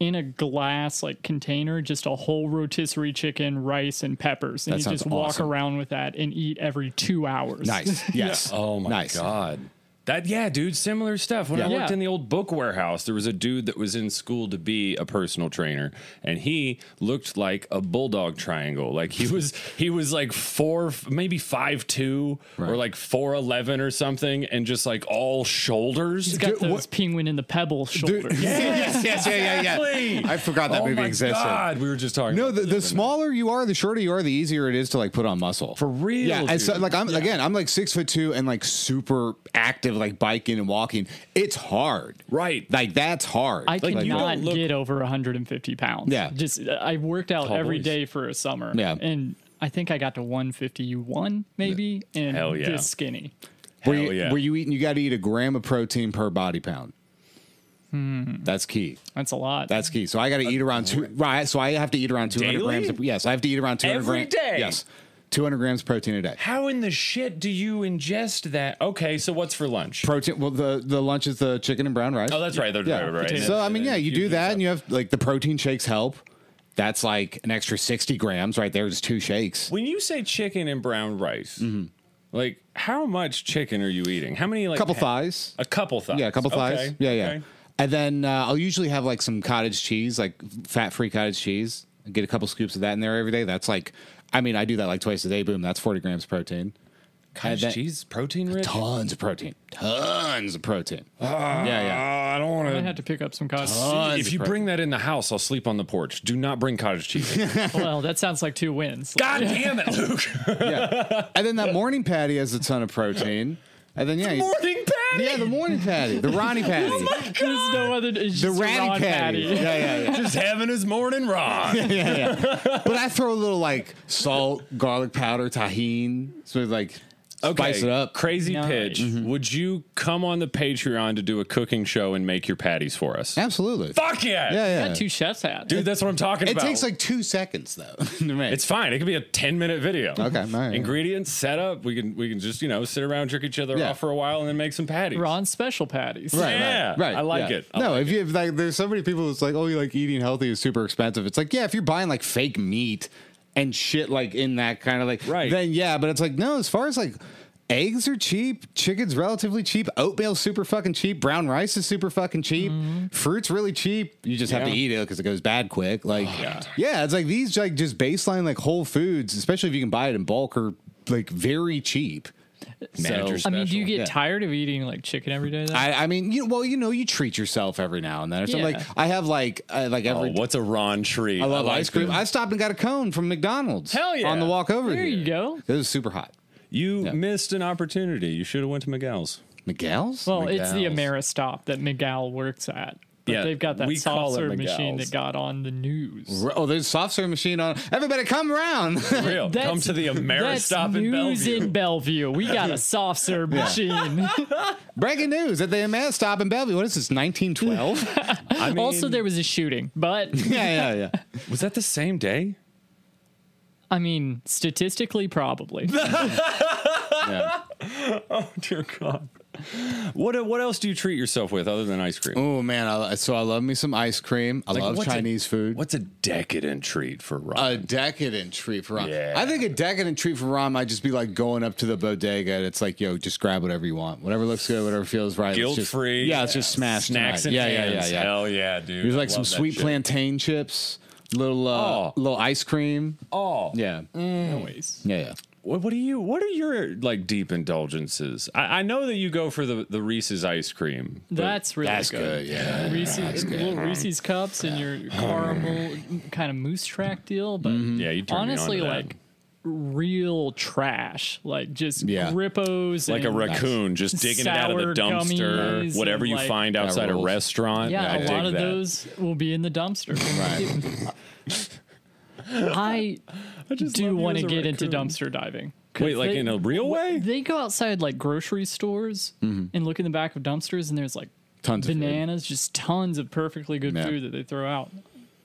[SPEAKER 2] in a glass like container just a whole rotisserie chicken, rice, and peppers, and
[SPEAKER 3] That
[SPEAKER 2] he'd
[SPEAKER 3] sounds
[SPEAKER 2] just walk
[SPEAKER 3] awesome.
[SPEAKER 2] around with that and eat every two
[SPEAKER 1] [LAUGHS]
[SPEAKER 2] hours. [LAUGHS]
[SPEAKER 3] nice. Yes.
[SPEAKER 1] Oh my
[SPEAKER 3] nice.
[SPEAKER 1] god. That yeah, dude, similar stuff. When I
[SPEAKER 2] Yeah.
[SPEAKER 1] worked in the old book warehouse, there was a dude that was in school to be a personal trainer, and he looked like a bulldog triangle. Like he was he was like four, maybe five two or
[SPEAKER 3] Right.
[SPEAKER 1] like four eleven or something, and just like all shoulders.
[SPEAKER 2] He's got
[SPEAKER 3] Dude,
[SPEAKER 2] those
[SPEAKER 3] what-
[SPEAKER 2] penguin in the pebble shoulders.
[SPEAKER 3] Dude, [LAUGHS] yes, yes, yeah, yeah,
[SPEAKER 1] Exactly.
[SPEAKER 3] yeah. I forgot that
[SPEAKER 1] oh
[SPEAKER 3] movie
[SPEAKER 1] my
[SPEAKER 3] existed.
[SPEAKER 1] God, we were just talking.
[SPEAKER 3] No,
[SPEAKER 1] about
[SPEAKER 3] the, the
[SPEAKER 1] this.
[SPEAKER 3] smaller you are, the shorter you are, the easier it is to like put on muscle.
[SPEAKER 1] For real,
[SPEAKER 3] Yeah, and so,
[SPEAKER 1] dude.
[SPEAKER 3] like I'm again, I'm like six foot two and like super active, like biking and walking. It's hard,
[SPEAKER 1] Right.
[SPEAKER 3] Like that's hard.
[SPEAKER 2] I
[SPEAKER 1] Like,
[SPEAKER 2] cannot
[SPEAKER 1] you don't look-
[SPEAKER 2] get over 150 pounds.
[SPEAKER 3] Yeah.
[SPEAKER 2] Just uh, I worked out
[SPEAKER 1] Tall
[SPEAKER 2] every
[SPEAKER 1] boys.
[SPEAKER 2] day for a summer.
[SPEAKER 3] Yeah.
[SPEAKER 2] And I think I got to 151 maybe, and
[SPEAKER 1] Hell yeah.
[SPEAKER 2] just skinny.
[SPEAKER 3] Were
[SPEAKER 1] Hell
[SPEAKER 3] you,
[SPEAKER 1] yeah.
[SPEAKER 3] were you eating? You got to eat a gram of protein per body pound.
[SPEAKER 1] Hmm.
[SPEAKER 3] That's key.
[SPEAKER 2] That's a lot.
[SPEAKER 3] That's key. So I got to eat around two. Right. So I have to eat around two hundred
[SPEAKER 1] Daily?
[SPEAKER 3] grams. Of, yes, I have to eat around two hundred
[SPEAKER 1] Every
[SPEAKER 3] grams.
[SPEAKER 1] day?
[SPEAKER 3] Yes, two hundred grams of protein a day.
[SPEAKER 1] How in the shit do you ingest that? Okay, so what's for lunch?
[SPEAKER 3] Protein. Well, the the lunch is the chicken and brown rice.
[SPEAKER 1] oh, that's right. That's
[SPEAKER 3] yeah.
[SPEAKER 1] right. right, right.
[SPEAKER 3] So I mean, yeah,
[SPEAKER 1] And
[SPEAKER 3] you
[SPEAKER 1] then
[SPEAKER 3] do that,
[SPEAKER 1] stuff.
[SPEAKER 3] and you have like the protein shakes help. That's like an extra sixty grams right there. Just two shakes.
[SPEAKER 1] When you say chicken and brown rice,
[SPEAKER 3] Mm-hmm.
[SPEAKER 1] like how much chicken are you eating? How many like
[SPEAKER 3] couple
[SPEAKER 1] ha-
[SPEAKER 3] thighs.
[SPEAKER 1] A couple thighs.
[SPEAKER 3] Yeah, a couple thighs.
[SPEAKER 1] Okay,
[SPEAKER 3] Yeah, yeah.
[SPEAKER 1] okay.
[SPEAKER 3] And then uh, I'll usually have like some cottage cheese, like fat free cottage cheese. I get a couple scoops of that in there every day. That's like, I mean, I do that like twice a day. Boom, that's 40 grams protein.
[SPEAKER 1] Cottage
[SPEAKER 3] that-
[SPEAKER 1] cheese, protein rich.
[SPEAKER 3] Tons of protein. Tons of protein.
[SPEAKER 1] Ah.
[SPEAKER 3] yeah, yeah.
[SPEAKER 1] Oh, I don't want
[SPEAKER 2] I had to pick up some cottage.
[SPEAKER 3] Tons
[SPEAKER 1] If
[SPEAKER 3] of
[SPEAKER 1] you
[SPEAKER 3] protein.
[SPEAKER 1] bring that in the house, I'll sleep on the porch. Do not bring cottage
[SPEAKER 3] [LAUGHS]
[SPEAKER 1] cheese.
[SPEAKER 2] [LAUGHS] well, that sounds like two wins.
[SPEAKER 1] God damn it, Luke.
[SPEAKER 3] yeah. And then that morning patty has a ton of protein.
[SPEAKER 1] [LAUGHS]
[SPEAKER 3] And then yeah, you-
[SPEAKER 1] Morning patty.
[SPEAKER 3] yeah, the morning patty,
[SPEAKER 2] [LAUGHS]
[SPEAKER 3] the Ronnie patty,
[SPEAKER 2] There's no other. It's
[SPEAKER 3] the
[SPEAKER 2] just Ron
[SPEAKER 3] Ratty patty.
[SPEAKER 2] [LAUGHS] Patty.
[SPEAKER 3] Yeah, yeah, yeah.
[SPEAKER 1] Just having his morning
[SPEAKER 3] [LAUGHS]
[SPEAKER 1] raw.
[SPEAKER 3] yeah, yeah. But I throw a little like salt, garlic powder, tahine, so it's like spice it up. Mm-hmm.
[SPEAKER 1] Crazy
[SPEAKER 2] Nice.
[SPEAKER 1] pitch. Would you come on the Patreon to do a cooking show and make your patties for us?
[SPEAKER 3] Absolutely.
[SPEAKER 1] Fuck yeah.
[SPEAKER 3] Yeah, yeah.
[SPEAKER 2] Got two chefs hats.
[SPEAKER 1] Dude, that's what I'm talking
[SPEAKER 3] It
[SPEAKER 1] about.
[SPEAKER 3] takes like two seconds though. [LAUGHS] to make.
[SPEAKER 1] It's fine. It could be a 10 minute video.
[SPEAKER 3] Okay, all right.
[SPEAKER 1] Ingredients, setup. We can we can just, you know, sit around, jerk each other
[SPEAKER 3] Yeah.
[SPEAKER 1] off for a while and then make some patties.
[SPEAKER 2] Ron's special patties.
[SPEAKER 3] Right,
[SPEAKER 1] Yeah,
[SPEAKER 3] right, right.
[SPEAKER 1] I like
[SPEAKER 3] yeah.
[SPEAKER 1] it. I
[SPEAKER 3] no, if you if like, there's so many people who's like, oh, you like eating healthy is super expensive. It's like, yeah, if you're buying like fake meat and shit like in that kind of like,
[SPEAKER 1] Right.
[SPEAKER 3] Then yeah, but it's like no. As far as like eggs are cheap, chicken's relatively cheap, oatmeal's super fucking cheap, brown rice is super fucking cheap, fruit's really cheap. You just have to
[SPEAKER 1] Mm-hmm. Yeah. Oh,
[SPEAKER 3] eat it because it goes bad quick. Like
[SPEAKER 1] Yeah.
[SPEAKER 3] yeah. it's like these like just baseline like whole foods, especially if you can buy it in bulk, are like very cheap.
[SPEAKER 1] Manager
[SPEAKER 2] I mean, do you
[SPEAKER 1] special.
[SPEAKER 2] get
[SPEAKER 3] Yeah.
[SPEAKER 2] tired of eating like chicken every day? Though?
[SPEAKER 3] I, I mean, you well, you know, you treat yourself every now and then. Or something.
[SPEAKER 2] Yeah.
[SPEAKER 3] Like I have like I, like
[SPEAKER 1] Oh,
[SPEAKER 3] every
[SPEAKER 1] what's a Ron treat?
[SPEAKER 3] Oh, I love
[SPEAKER 1] like
[SPEAKER 3] ice cream.
[SPEAKER 1] this.
[SPEAKER 3] I stopped and got a cone from McDonald's.
[SPEAKER 1] Hell yeah.
[SPEAKER 3] On the walk over
[SPEAKER 2] There
[SPEAKER 3] here.
[SPEAKER 2] you go.
[SPEAKER 3] It was super hot.
[SPEAKER 1] You missed an opportunity. You should have went to Miguel's.
[SPEAKER 3] Miguel's?
[SPEAKER 2] well, it's the
[SPEAKER 1] McGall's.
[SPEAKER 2] Ameristop that McGall works at. But
[SPEAKER 1] Yeah,
[SPEAKER 2] they've got that
[SPEAKER 1] we call
[SPEAKER 2] soft
[SPEAKER 1] it
[SPEAKER 2] serve machine
[SPEAKER 1] McGall's.
[SPEAKER 2] that got on the news.
[SPEAKER 3] oh, there's a soft serve machine on. Everybody, come around. [LAUGHS]
[SPEAKER 1] Real.
[SPEAKER 2] [LAUGHS] That's-
[SPEAKER 1] Come to the
[SPEAKER 2] That's
[SPEAKER 1] Ameristop in
[SPEAKER 2] news
[SPEAKER 1] Bellevue.
[SPEAKER 2] in Bellevue. We got
[SPEAKER 1] [LAUGHS]
[SPEAKER 2] a soft serve machine.
[SPEAKER 3] Breaking news at the MS stop in Bellevue. What is this? 1912? yeah,
[SPEAKER 1] I mean,
[SPEAKER 2] also, there was a shooting, but
[SPEAKER 3] [LAUGHS] yeah, yeah.
[SPEAKER 1] was that the same day.
[SPEAKER 2] I mean,
[SPEAKER 1] [LAUGHS]
[SPEAKER 2] statistically, probably.
[SPEAKER 1] Dear God. What what else do you treat yourself with other than ice cream?
[SPEAKER 3] [LAUGHS] Oh man, I, so I love me some ice cream. I love
[SPEAKER 1] what's
[SPEAKER 3] Chinese
[SPEAKER 1] a,
[SPEAKER 3] food. Uh,
[SPEAKER 1] What's a decadent treat for Ron?
[SPEAKER 3] A decadent treat for ramen.
[SPEAKER 1] Yeah.
[SPEAKER 3] I think a decadent treat for ramen might just be like going up to the bodega and it's like, yo, just grab whatever you want, whatever looks good, whatever feels right. let's
[SPEAKER 1] Guilt
[SPEAKER 3] just-
[SPEAKER 1] free.
[SPEAKER 3] Yeah, it's just smash
[SPEAKER 1] snacks
[SPEAKER 3] tonight.
[SPEAKER 1] and
[SPEAKER 3] yeah,
[SPEAKER 1] hands.
[SPEAKER 3] yeah, yeah, yeah.
[SPEAKER 1] Hell yeah, dude.
[SPEAKER 3] There's
[SPEAKER 1] I
[SPEAKER 3] like some
[SPEAKER 1] love that
[SPEAKER 3] sweet
[SPEAKER 1] shit.
[SPEAKER 3] plantain chips, little uh,
[SPEAKER 1] Oh.
[SPEAKER 3] little ice cream.
[SPEAKER 1] Oh,
[SPEAKER 3] Yeah,
[SPEAKER 2] Anyways,
[SPEAKER 3] yeah, yeah.
[SPEAKER 1] What, what are you? What are your like deep indulgences? I, I know that you go for the the Reese's ice cream. but-
[SPEAKER 2] that's really
[SPEAKER 3] That's good. Yeah.
[SPEAKER 2] Reese's, little Reese's cups and
[SPEAKER 1] Oh,
[SPEAKER 2] your caramel kind of moose track deal, but
[SPEAKER 1] yeah, you Mm-hmm. turn
[SPEAKER 2] honestly,
[SPEAKER 1] me on to that.
[SPEAKER 2] like real trash, like just
[SPEAKER 3] Yeah.
[SPEAKER 2] grippos,
[SPEAKER 1] like a
[SPEAKER 2] and-
[SPEAKER 1] raccoon just digging it out of the
[SPEAKER 2] Sour
[SPEAKER 1] dumpster
[SPEAKER 2] gummies
[SPEAKER 1] whatever
[SPEAKER 2] and,
[SPEAKER 1] you
[SPEAKER 2] like-
[SPEAKER 1] find
[SPEAKER 3] That
[SPEAKER 1] outside a
[SPEAKER 3] rules.
[SPEAKER 1] restaurant
[SPEAKER 2] Yeah,
[SPEAKER 1] I
[SPEAKER 2] a
[SPEAKER 1] dig
[SPEAKER 2] lot of
[SPEAKER 1] that.
[SPEAKER 2] those will be in
[SPEAKER 1] [LAUGHS]
[SPEAKER 2] the dumpster.
[SPEAKER 3] Right.
[SPEAKER 2] [LAUGHS] I,
[SPEAKER 1] just love
[SPEAKER 2] do
[SPEAKER 1] you
[SPEAKER 2] want
[SPEAKER 1] as
[SPEAKER 2] to
[SPEAKER 1] a
[SPEAKER 2] get into
[SPEAKER 1] raccoon.
[SPEAKER 2] dumpster diving. 'Cause
[SPEAKER 1] wait like
[SPEAKER 2] they-
[SPEAKER 1] in a real way
[SPEAKER 2] They go outside like grocery stores and look in the back of dumpsters, and there's like
[SPEAKER 3] Mm-hmm. Tons of food.
[SPEAKER 2] bananas, just tons of perfectly good
[SPEAKER 3] Yeah.
[SPEAKER 2] food that they throw out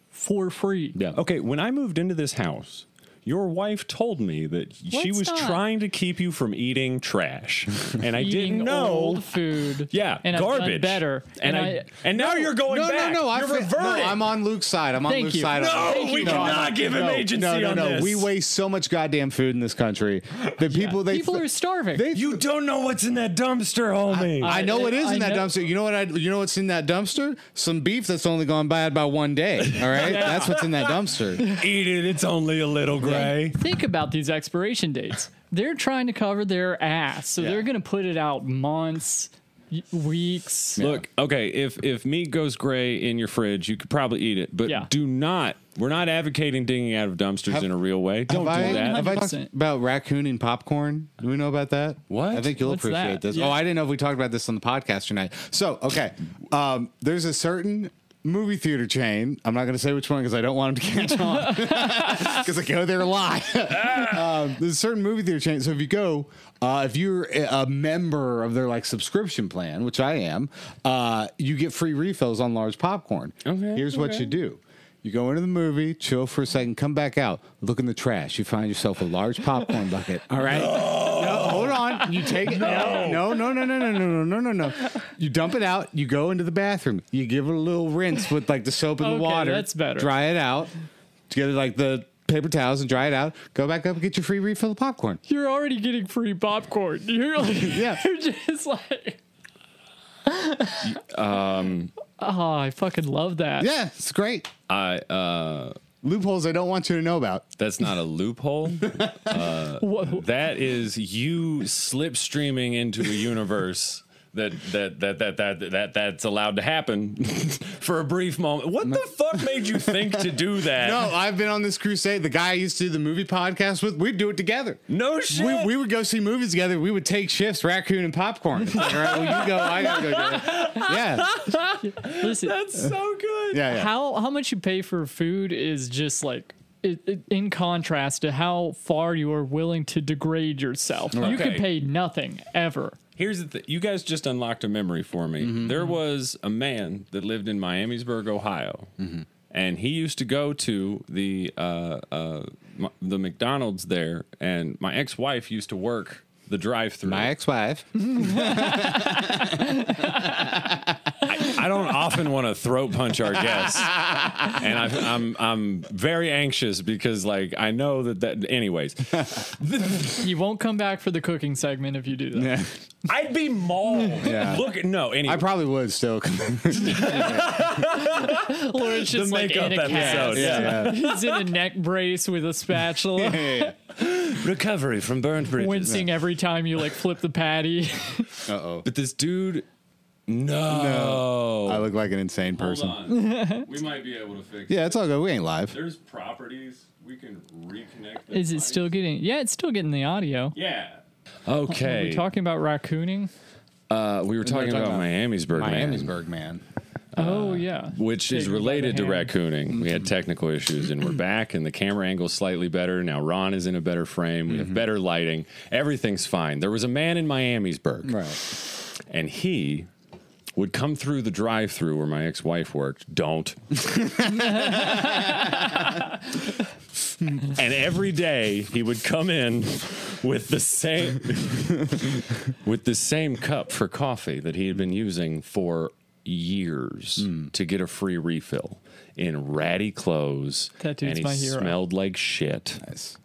[SPEAKER 2] for free.
[SPEAKER 3] Yeah.
[SPEAKER 1] okay when i moved into this house your wife told me that she
[SPEAKER 2] What's
[SPEAKER 1] was
[SPEAKER 2] that?
[SPEAKER 1] trying to keep you from eating trash
[SPEAKER 3] [LAUGHS]
[SPEAKER 1] and i
[SPEAKER 2] Eating
[SPEAKER 1] didn't know
[SPEAKER 2] old food.
[SPEAKER 1] yeah
[SPEAKER 2] and
[SPEAKER 1] garbage
[SPEAKER 2] I've done better.
[SPEAKER 1] and, i, and now you're going
[SPEAKER 3] No,
[SPEAKER 1] back
[SPEAKER 3] no, no. I
[SPEAKER 1] you're
[SPEAKER 3] fe-
[SPEAKER 1] reverting
[SPEAKER 3] no, I'm on Luke's side. I'm on
[SPEAKER 2] Thank
[SPEAKER 3] Luke's
[SPEAKER 2] you.
[SPEAKER 3] side.
[SPEAKER 1] No,
[SPEAKER 3] I'm-
[SPEAKER 1] we cannot give him agency
[SPEAKER 3] No, no,
[SPEAKER 1] on
[SPEAKER 3] no.
[SPEAKER 1] this.
[SPEAKER 3] We waste so much goddamn food in this country. The people they
[SPEAKER 2] people are starving.
[SPEAKER 3] they
[SPEAKER 1] you don't know what's in that dumpster homie
[SPEAKER 3] I know
[SPEAKER 2] I-
[SPEAKER 3] what is
[SPEAKER 2] I
[SPEAKER 3] in that
[SPEAKER 2] know-
[SPEAKER 3] dumpster. You know what I? You know what's in that dumpster? Some beef that's only gone bad by one day. All right, that's what's in that dumpster.
[SPEAKER 1] eat it it's only a little gray
[SPEAKER 2] think about these expiration dates. They're trying to cover their ass, so
[SPEAKER 3] Yeah.
[SPEAKER 2] they're going to put it out months, y- weeks.
[SPEAKER 1] Look, okay, if if meat goes gray in your fridge, you could probably eat it, but
[SPEAKER 2] Yeah.
[SPEAKER 1] do not. We're not advocating digging out of dumpsters in a real way. Don't do
[SPEAKER 3] have I,
[SPEAKER 1] that.
[SPEAKER 3] Have I talked
[SPEAKER 2] 100%.
[SPEAKER 3] about raccoon and popcorn? Do we know about that?
[SPEAKER 1] What?
[SPEAKER 3] I think you'll
[SPEAKER 2] What's
[SPEAKER 3] appreciate
[SPEAKER 2] that?
[SPEAKER 3] this.
[SPEAKER 2] Yeah.
[SPEAKER 3] Oh, I didn't know if we talked about this on the podcast tonight. So, okay, um, there's a certain movie theater chain. I'm not going to say which one because I don't want them to catch on. [LAUGHS] Because I go there a lot. um, there's a certain movie theater chain. So if you go, uh, if you're a a member of their like subscription plan, which I am, uh, you get free refills on large popcorn.
[SPEAKER 1] Okay,
[SPEAKER 3] Here's what
[SPEAKER 1] okay.
[SPEAKER 3] you do. You go into the movie, chill for a second, come back out, look in the trash. You find yourself a large popcorn bucket.
[SPEAKER 2] Oh.
[SPEAKER 3] All right. No, hold on. You take it. No. no, no, no, no, no, no, no, no, no. You dump it out. You go into the bathroom. You give it a little rinse with like the soap and the
[SPEAKER 2] Okay,
[SPEAKER 3] water.
[SPEAKER 2] that's better.
[SPEAKER 3] Dry it out. Together like the paper towels and dry it out. Go back up and get your free refill of popcorn.
[SPEAKER 2] You're already getting free popcorn. You're like,
[SPEAKER 3] [LAUGHS] Yeah.
[SPEAKER 2] you're just like, um, oh, I fucking love that.
[SPEAKER 3] Yeah, it's great.
[SPEAKER 1] I uh,
[SPEAKER 3] Loopholes I don't want you to know about.
[SPEAKER 1] That's not a loophole.
[SPEAKER 2] Wha-
[SPEAKER 1] that is you slipstreaming into a universe that that that that that that that's allowed to happen [LAUGHS] for a brief moment. What the fuck made you think to do that?
[SPEAKER 3] No, I've been on this crusade. The guy I used to do the movie podcast with, we'd do it together.
[SPEAKER 1] no shit.
[SPEAKER 3] We, we would go see movies together. We would take shifts, raccoon and popcorn. [LAUGHS] All right, well, you go, I gotta go. do it. Yeah,
[SPEAKER 2] Listen,
[SPEAKER 1] that's so good.
[SPEAKER 3] yeah, yeah.
[SPEAKER 2] how how much you pay for food is just like it, it- in contrast to how far you are willing to degrade yourself. You could
[SPEAKER 1] Okay.
[SPEAKER 2] pay nothing ever.
[SPEAKER 1] Here's the thing. You guys just unlocked a memory for me.
[SPEAKER 3] Mm-hmm.
[SPEAKER 1] There was a man that lived in Miamisburg, Ohio,
[SPEAKER 3] Mm-hmm.
[SPEAKER 1] and he used to go to the uh, uh, m- the McDonald's there. And my ex wife used to work the drive through.
[SPEAKER 3] My ex-wife.
[SPEAKER 1] I don't often want to throat punch our guests, and I've, I'm I'm very anxious because like I know that that. Anyways, [LAUGHS]
[SPEAKER 2] You won't come back for the cooking segment if you do that.
[SPEAKER 3] Yeah.
[SPEAKER 1] I'd be mauled.
[SPEAKER 3] Yeah.
[SPEAKER 1] Look, at no. Anyway,
[SPEAKER 3] I probably would still. [LAUGHS]
[SPEAKER 2] Lauren's just like in a
[SPEAKER 1] makeup
[SPEAKER 2] cast.
[SPEAKER 1] episode,
[SPEAKER 2] [LAUGHS]
[SPEAKER 3] yeah.
[SPEAKER 2] He's in a neck brace with a spatula,
[SPEAKER 3] [LAUGHS] yeah.
[SPEAKER 1] recovery from burned bridges.
[SPEAKER 2] wincing every time you like flip the patty.
[SPEAKER 3] Uh oh.
[SPEAKER 1] But this dude, no.
[SPEAKER 3] I look like an insane person.
[SPEAKER 1] on. we might be able to fix
[SPEAKER 3] Yeah, it's all good. We ain't live.
[SPEAKER 1] There's properties we can reconnect.
[SPEAKER 2] Is it still getting? Yeah, it's still getting the audio.
[SPEAKER 1] Yeah.
[SPEAKER 2] Are we
[SPEAKER 1] Okay.
[SPEAKER 2] talking about raccooning?
[SPEAKER 1] uh, we were talking,
[SPEAKER 3] talking
[SPEAKER 1] about,
[SPEAKER 3] about
[SPEAKER 1] Miamisburg, man,
[SPEAKER 3] Miamisburg man. Uh,
[SPEAKER 2] oh yeah,
[SPEAKER 1] which is
[SPEAKER 2] Taken by the
[SPEAKER 1] related to
[SPEAKER 2] hand.
[SPEAKER 1] raccooning. We had technical issues, and we're back, and the camera angle's slightly better. Now Ron is in a better frame. We have better lighting. Everything's fine. There was a man in Miamisburg,
[SPEAKER 3] Right.
[SPEAKER 1] and he would come through the drive-through where my ex-wife worked.
[SPEAKER 2] [LAUGHS]
[SPEAKER 1] Don't. and every day he would come in with the same with the same cup for coffee that he had been using for years to get a free refill in ratty clothes.
[SPEAKER 2] That dude's
[SPEAKER 1] and he
[SPEAKER 2] my hero.
[SPEAKER 1] smelled like shit.
[SPEAKER 3] Nice.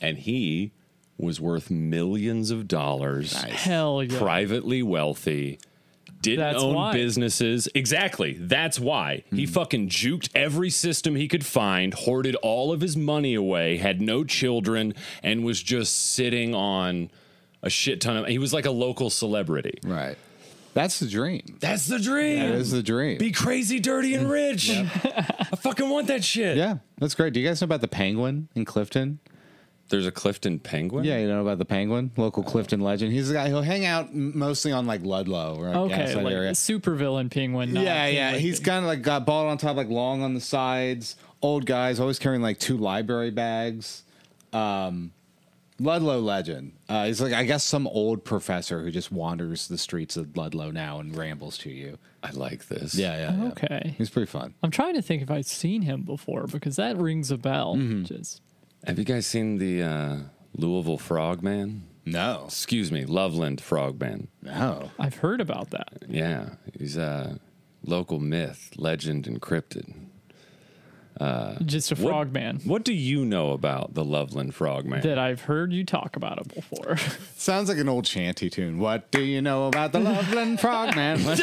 [SPEAKER 1] And he was worth millions of dollars
[SPEAKER 2] hell yeah.
[SPEAKER 1] privately wealthy, didn't
[SPEAKER 2] That's
[SPEAKER 1] own
[SPEAKER 2] why.
[SPEAKER 1] businesses. Exactly. That's why. He
[SPEAKER 3] Hmm.
[SPEAKER 1] fucking juked every system he could find, hoarded all of his money away, had no children, and was just sitting on a shit ton of. He was like a local celebrity.
[SPEAKER 3] Right. That's the dream.
[SPEAKER 1] That's the dream.
[SPEAKER 3] That is the dream.
[SPEAKER 1] Be crazy, dirty,
[SPEAKER 3] [LAUGHS]
[SPEAKER 1] and rich. I fucking want that shit.
[SPEAKER 3] yeah, that's great. Do you guys know about the penguin in Clifton?
[SPEAKER 1] There's a Clifton Penguin.
[SPEAKER 3] Yeah, you know about the penguin, local Clifton legend. He's the guy who'll hang out m- mostly on like Ludlow or like
[SPEAKER 2] Okay,
[SPEAKER 3] Gaslight
[SPEAKER 2] like
[SPEAKER 3] area.
[SPEAKER 2] supervillain penguin. not
[SPEAKER 3] Yeah, yeah.
[SPEAKER 2] penguin.
[SPEAKER 3] He's kind of like got bald on top, like long on the sides. Old guys always carrying like two library bags. Um, Ludlow legend. Uh, he's like I guess some old professor who just wanders the streets of Ludlow now and rambles to you.
[SPEAKER 1] I like this.
[SPEAKER 3] Yeah, yeah. yeah.
[SPEAKER 2] okay.
[SPEAKER 3] He's pretty fun.
[SPEAKER 2] I'm trying to think if I've seen him before because that rings a bell.
[SPEAKER 3] Mm-hmm.
[SPEAKER 2] Just
[SPEAKER 1] Have you guys seen the uh, Louisville Frogman?
[SPEAKER 3] No,
[SPEAKER 1] Excuse me, Loveland Frogman.
[SPEAKER 3] no.
[SPEAKER 2] I've heard about that.
[SPEAKER 1] Yeah, he's a local myth, legend, and cryptid.
[SPEAKER 3] Uh,
[SPEAKER 2] Just a frogman
[SPEAKER 1] What do you know about the Loveland Frogman?
[SPEAKER 2] that I've heard you talk about it before.
[SPEAKER 3] Sounds like an old shanty tune. What do you know about the Loveland
[SPEAKER 2] [LAUGHS]
[SPEAKER 3] Frogman?
[SPEAKER 1] you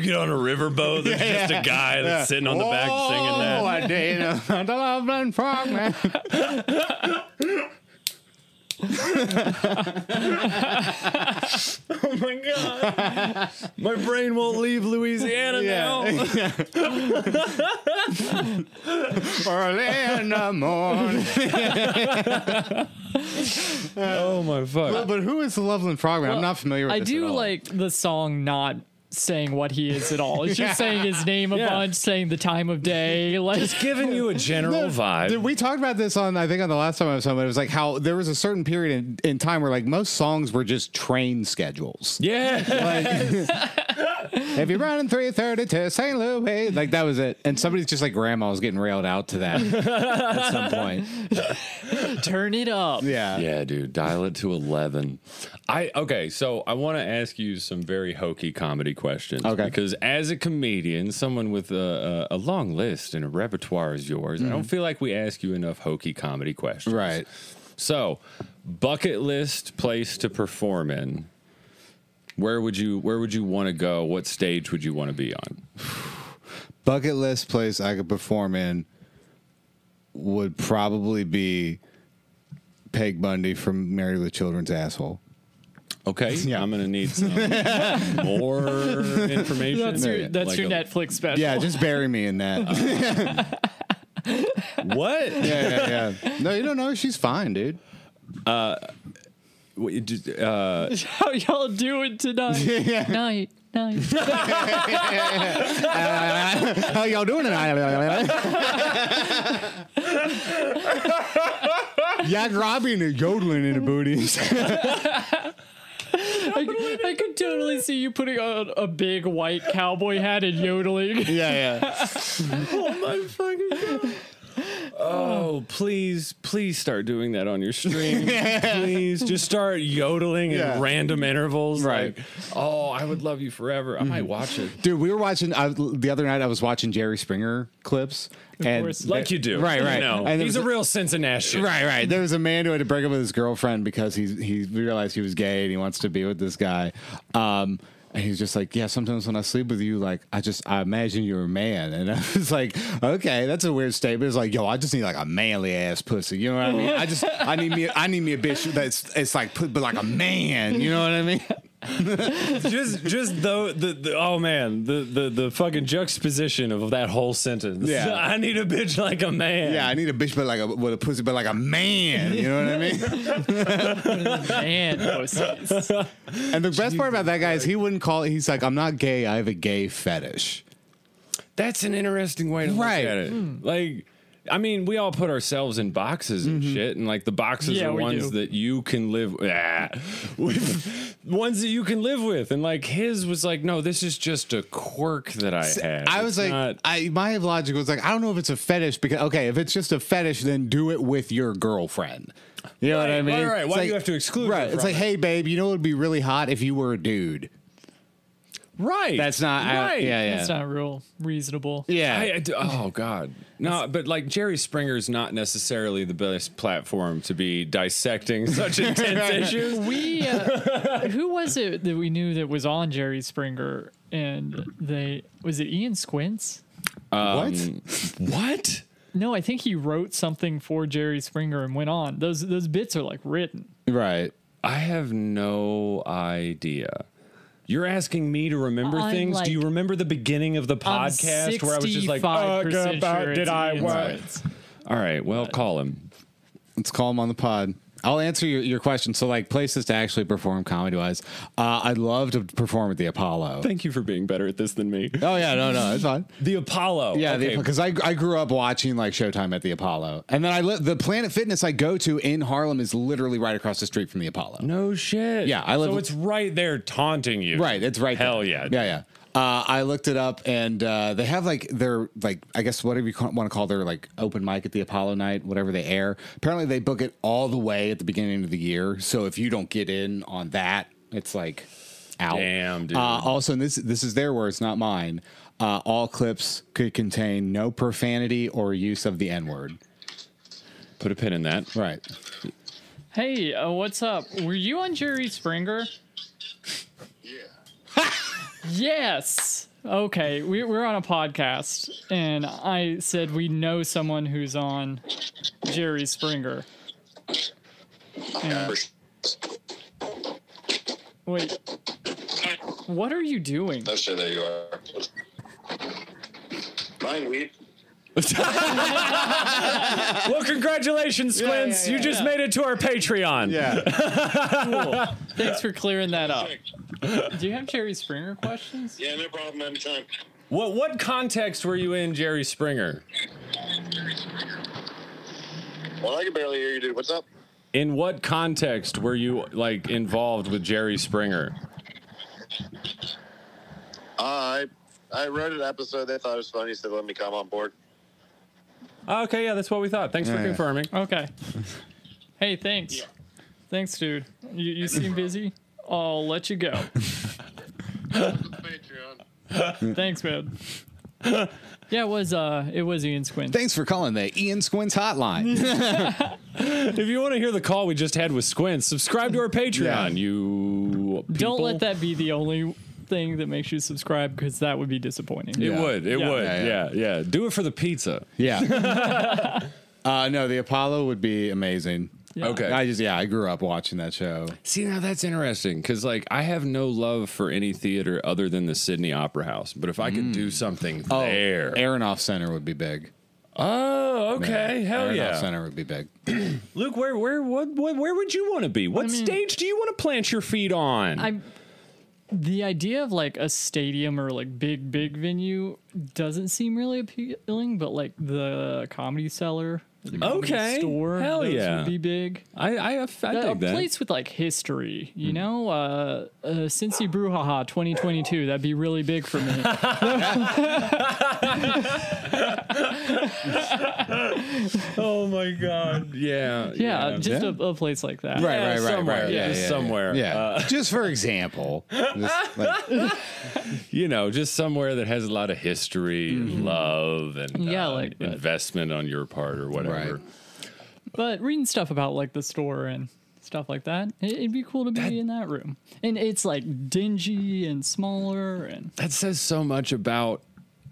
[SPEAKER 1] get on a riverboat, [LAUGHS] there's just a guy that's sitting on the back singing
[SPEAKER 3] Oh,
[SPEAKER 1] that.
[SPEAKER 3] What do [LAUGHS] you know about the Loveland Frogman?
[SPEAKER 1] [LAUGHS] Oh my god, my brain won't leave Louisiana now.
[SPEAKER 3] Yeah. [LAUGHS] Early in the morning.
[SPEAKER 1] Oh my fuck.
[SPEAKER 3] [LAUGHS] But who is the Loveland Frogman? I'm not familiar with
[SPEAKER 2] I
[SPEAKER 3] this
[SPEAKER 2] do
[SPEAKER 3] at all.
[SPEAKER 2] like the song not saying what he is at all.
[SPEAKER 3] [LAUGHS]
[SPEAKER 2] It's just saying his name a
[SPEAKER 1] Yeah.
[SPEAKER 2] bunch, saying the time of day. Like [LAUGHS]
[SPEAKER 1] Giving you a [LAUGHS] general
[SPEAKER 3] Did
[SPEAKER 1] vibe.
[SPEAKER 3] we talked about this on I think on the last time I was talking about it was like how there was a certain period in, in time where like most songs were just train
[SPEAKER 1] [LAUGHS]
[SPEAKER 3] schedules.
[SPEAKER 1] Yeah.
[SPEAKER 3] [LAUGHS] If you're running 330 to St. Louis, like that was it. And somebody's just like grandma was getting railed out to that at some
[SPEAKER 1] [LAUGHS]
[SPEAKER 3] point.
[SPEAKER 2] turn it up.
[SPEAKER 3] Yeah.
[SPEAKER 1] Yeah, dude, dial it to 11. I okay, so I want to ask you some very hokey comedy questions
[SPEAKER 3] Okay.
[SPEAKER 1] because as a comedian, someone with a, a, a long list and a repertoire as yours, I don't feel like we ask you enough hokey comedy questions.
[SPEAKER 3] Right.
[SPEAKER 1] So, bucket list place to perform in. Where would you Where would you want to go? What stage would you want to be on?
[SPEAKER 3] bucket list place I could perform in would probably be Peg Bundy from Married with Children's Asshole.
[SPEAKER 1] Okay,
[SPEAKER 3] [LAUGHS] Yeah.
[SPEAKER 1] I'm gonna need some more information.
[SPEAKER 2] That's your, that's
[SPEAKER 1] Like
[SPEAKER 2] your
[SPEAKER 1] a-
[SPEAKER 2] Netflix special.
[SPEAKER 3] Yeah, just bury me in that. [LAUGHS] yeah,
[SPEAKER 1] What?
[SPEAKER 3] yeah, yeah. No, you don't know. She's fine, [LAUGHS] dude.
[SPEAKER 1] Wait, just, [LAUGHS] uh,
[SPEAKER 2] How y'all doing tonight?
[SPEAKER 1] [LAUGHS]
[SPEAKER 2] Night, night.
[SPEAKER 3] How y'all doing tonight? [LAUGHS] Yak robbing and yodeling in the [LAUGHS] booties.
[SPEAKER 2] I, I could totally see you putting on a big white cowboy hat and yodeling.
[SPEAKER 3] yeah, yeah.
[SPEAKER 1] oh my fucking god! Oh, please, please start doing that on your stream.
[SPEAKER 3] [LAUGHS]
[SPEAKER 1] Please, just start yodeling
[SPEAKER 3] Yeah.
[SPEAKER 1] in random intervals.
[SPEAKER 3] Right. Mm-hmm.
[SPEAKER 1] Like, oh, I would love you forever. I might watch it.
[SPEAKER 3] Dude, we were watching I, the other night. I was watching Jerry Springer clips, and
[SPEAKER 2] course.
[SPEAKER 1] Like you do.
[SPEAKER 3] Right, right.
[SPEAKER 1] You know,
[SPEAKER 3] And there
[SPEAKER 1] he's
[SPEAKER 3] was
[SPEAKER 1] a
[SPEAKER 3] a-
[SPEAKER 1] real Cincinnati.
[SPEAKER 3] Right, right. There was a man who had to break up with his girlfriend because he he realized he was gay and he wants to be with this guy. Um, and he's just like, yeah. Sometimes when I sleep with you, like I just I imagine you're a man, and [LAUGHS] I was like, okay, that's a weird statement. It's like, yo, I just need like a manly ass pussy. You know what I mean? I just I need me I need me a bitch that's it's like put but like a man. You know what I mean?
[SPEAKER 1] just just though the, the oh man the, the the fucking juxtaposition of that whole sentence
[SPEAKER 3] Yeah.
[SPEAKER 1] [LAUGHS] i need a bitch like a man
[SPEAKER 3] Yeah, I need a bitch but like a with a pussy but like a man. You know what I mean?
[SPEAKER 2] [LAUGHS]
[SPEAKER 1] [LAUGHS]
[SPEAKER 2] Man, pussies.
[SPEAKER 3] And the best part about that guy is he wouldn't call. it. He's like, I'm not gay. I have a gay fetish.
[SPEAKER 1] that's an interesting way to
[SPEAKER 3] Right. Hmm.
[SPEAKER 1] look at it like I mean, we all put ourselves in boxes and
[SPEAKER 3] Mm-hmm.
[SPEAKER 1] shit, and like the boxes
[SPEAKER 2] Yeah,
[SPEAKER 1] are
[SPEAKER 2] we
[SPEAKER 1] ones
[SPEAKER 2] do.
[SPEAKER 1] that you can live [LAUGHS] ah, with, ones that you can live with, and like his was like, no, this is just a quirk that I had.
[SPEAKER 3] I was
[SPEAKER 1] It's
[SPEAKER 3] like,
[SPEAKER 1] not-
[SPEAKER 3] I my logic was like, I don't know if it's a fetish because okay, if it's just a fetish, then do it with your girlfriend. You know what I
[SPEAKER 1] Right,
[SPEAKER 3] mean?
[SPEAKER 1] right, right.
[SPEAKER 3] It's
[SPEAKER 1] Why do
[SPEAKER 3] like-
[SPEAKER 1] you have to exclude
[SPEAKER 3] Right.
[SPEAKER 1] her
[SPEAKER 3] It's
[SPEAKER 1] from
[SPEAKER 3] like,
[SPEAKER 1] it?
[SPEAKER 3] hey, babe, you know it would be really hot if you were a dude.
[SPEAKER 1] right,
[SPEAKER 3] That's not. I-
[SPEAKER 1] right.
[SPEAKER 3] yeah, yeah,
[SPEAKER 2] That's not real reasonable.
[SPEAKER 3] yeah.
[SPEAKER 1] I- I d- oh God, no! But like Jerry Springer's not necessarily the best platform to be dissecting
[SPEAKER 3] [LAUGHS]
[SPEAKER 1] such intense issues.
[SPEAKER 2] We,
[SPEAKER 1] [LAUGHS]
[SPEAKER 2] uh, who was it that we knew that was on Jerry Springer? And they, was it Ian Squints?
[SPEAKER 3] what?
[SPEAKER 1] What?
[SPEAKER 2] No, I think he wrote something for Jerry Springer and went on. Those those bits are like written.
[SPEAKER 3] Right.
[SPEAKER 1] I have no idea. You're asking me to remember
[SPEAKER 2] I'm
[SPEAKER 1] things. Do you
[SPEAKER 2] like-
[SPEAKER 1] remember the beginning of the
[SPEAKER 2] I'm
[SPEAKER 1] podcast where I was just like, "Uh,
[SPEAKER 2] 65%
[SPEAKER 1] goodbye,
[SPEAKER 2] sure
[SPEAKER 1] did
[SPEAKER 2] it's
[SPEAKER 1] I
[SPEAKER 2] Ian
[SPEAKER 1] what?
[SPEAKER 2] Squints.
[SPEAKER 1] All right, well, call him.
[SPEAKER 3] Let's call him on the pod. I'll answer your, your question. So, like, places to actually perform comedy wise, uh, I'd love to perform at the Apollo.
[SPEAKER 1] Thank you for being better at this than me.
[SPEAKER 3] Oh yeah, no, no, it's fine.
[SPEAKER 1] The Apollo.
[SPEAKER 3] Yeah,
[SPEAKER 1] Oh, Okay.
[SPEAKER 3] because I I grew up watching like Showtime at the Apollo, and then I li- the Planet Fitness I go to in Harlem is literally right across the street from the Apollo.
[SPEAKER 1] no shit.
[SPEAKER 3] Yeah, I live-
[SPEAKER 1] So it's right there taunting you.
[SPEAKER 3] Right, it's right.
[SPEAKER 1] Hell
[SPEAKER 3] there.
[SPEAKER 1] yeah.
[SPEAKER 3] yeah, yeah. Uh, I looked it up, and uh, they have like their like I guess whatever you want to call their like open mic at the Apollo night, whatever they air. Apparently, they book it all the way at the beginning of the year. So if you don't get in on that, it's like out.
[SPEAKER 1] Damn, dude.
[SPEAKER 3] Uh, also, and this this is their words, not mine. Uh, all clips could contain no profanity or use of the N word.
[SPEAKER 1] Put a pin in that.
[SPEAKER 3] Right.
[SPEAKER 2] Hey, uh, what's up? Were you on Jerry Springer? Yeah. [LAUGHS] yes. Okay, we, we're on a podcast, and I said we know someone who's on Jerry Springer. And- wait, what are you doing?
[SPEAKER 4] Oh, sure, there you are. Mine weed.
[SPEAKER 1] [LAUGHS] Well, congratulations,
[SPEAKER 3] yeah,
[SPEAKER 1] Squints.
[SPEAKER 3] yeah,
[SPEAKER 1] you just
[SPEAKER 2] yeah.
[SPEAKER 1] made it to our Patreon.
[SPEAKER 3] Yeah.
[SPEAKER 2] Cool. Thanks for clearing that up.
[SPEAKER 4] Perfect.
[SPEAKER 2] Do you have Jerry Springer questions?
[SPEAKER 4] Yeah, no problem anytime.
[SPEAKER 1] What what context were you in, Jerry Springer?
[SPEAKER 4] Well, I can barely hear you, dude. What's up?
[SPEAKER 1] In what context were you like involved with Jerry Springer?
[SPEAKER 4] I I wrote an episode. They thought it was funny, so they let me come on board.
[SPEAKER 1] Oh, okay, yeah, that's what we thought. Thanks for
[SPEAKER 3] Yeah, yeah.
[SPEAKER 1] confirming.
[SPEAKER 2] Okay. Hey, thanks. Thanks, dude. You, you seem busy. I'll let you go.
[SPEAKER 4] Patreon.
[SPEAKER 2] Thanks, man. Yeah, it was uh, it was Ian Squint.
[SPEAKER 3] Thanks for calling the Ian Squints Hotline.
[SPEAKER 1] If you want to hear the call we just had with Squint, subscribe to our Patreon.
[SPEAKER 3] Yeah.
[SPEAKER 1] You people.
[SPEAKER 2] Don't let that be the only thing that makes you subscribe because that would be disappointing.
[SPEAKER 1] It
[SPEAKER 3] Yeah.
[SPEAKER 1] would. It
[SPEAKER 2] Yeah.
[SPEAKER 1] would.
[SPEAKER 3] Yeah,
[SPEAKER 1] Yeah yeah. Do it for the pizza.
[SPEAKER 3] Yeah.
[SPEAKER 1] [LAUGHS]
[SPEAKER 3] uh, no, the Apollo would be amazing.
[SPEAKER 2] Yeah.
[SPEAKER 1] Okay.
[SPEAKER 3] I just yeah, I grew up watching that show.
[SPEAKER 1] See now that's interesting because like I have no love for any theater other than the Sydney Opera House. But if I could
[SPEAKER 3] Mm.
[SPEAKER 1] do something
[SPEAKER 3] Oh,
[SPEAKER 1] there,
[SPEAKER 3] Aronoff Center would be big.
[SPEAKER 1] oh okay,
[SPEAKER 3] Yeah.
[SPEAKER 1] hell
[SPEAKER 3] Aronoff
[SPEAKER 1] yeah,
[SPEAKER 3] Center would be big.
[SPEAKER 1] Luke, where where what, what where would you want to be? What
[SPEAKER 2] mean-
[SPEAKER 1] stage do you want to plant your feet on?
[SPEAKER 2] I'm the idea of like a stadium or like big big venue doesn't seem really appealing, but like the comedy cellar, the comedy
[SPEAKER 1] Okay.
[SPEAKER 2] store,
[SPEAKER 1] Hell
[SPEAKER 2] those
[SPEAKER 1] yeah.
[SPEAKER 2] would be big.
[SPEAKER 1] I I, I, I
[SPEAKER 2] a
[SPEAKER 1] dig that. Hmm.
[SPEAKER 2] place with like history, you know, uh, uh, Cincy Brouhaha 2022. That'd be really
[SPEAKER 1] [LAUGHS]
[SPEAKER 2] big for me.
[SPEAKER 1] Oh my god, yeah,
[SPEAKER 2] Yeah, just
[SPEAKER 3] Yeah.
[SPEAKER 2] A, a place like that.
[SPEAKER 3] Right, right, right,
[SPEAKER 1] somewhere,
[SPEAKER 3] right.
[SPEAKER 1] yeah,
[SPEAKER 3] Yeah,
[SPEAKER 1] just
[SPEAKER 3] yeah,
[SPEAKER 1] somewhere,
[SPEAKER 3] Yeah.
[SPEAKER 1] Uh,
[SPEAKER 3] [LAUGHS] just for example. Just, like,
[SPEAKER 1] you know, just somewhere that has a lot of history and love and
[SPEAKER 2] Mm-hmm. Yeah,
[SPEAKER 1] uh,
[SPEAKER 2] like that.
[SPEAKER 1] investment on your part or whatever.
[SPEAKER 3] Right.
[SPEAKER 2] But reading stuff about like the store and stuff like that, it, it'd be cool to be in that room. And it's like dingy and smaller and
[SPEAKER 1] that says so much about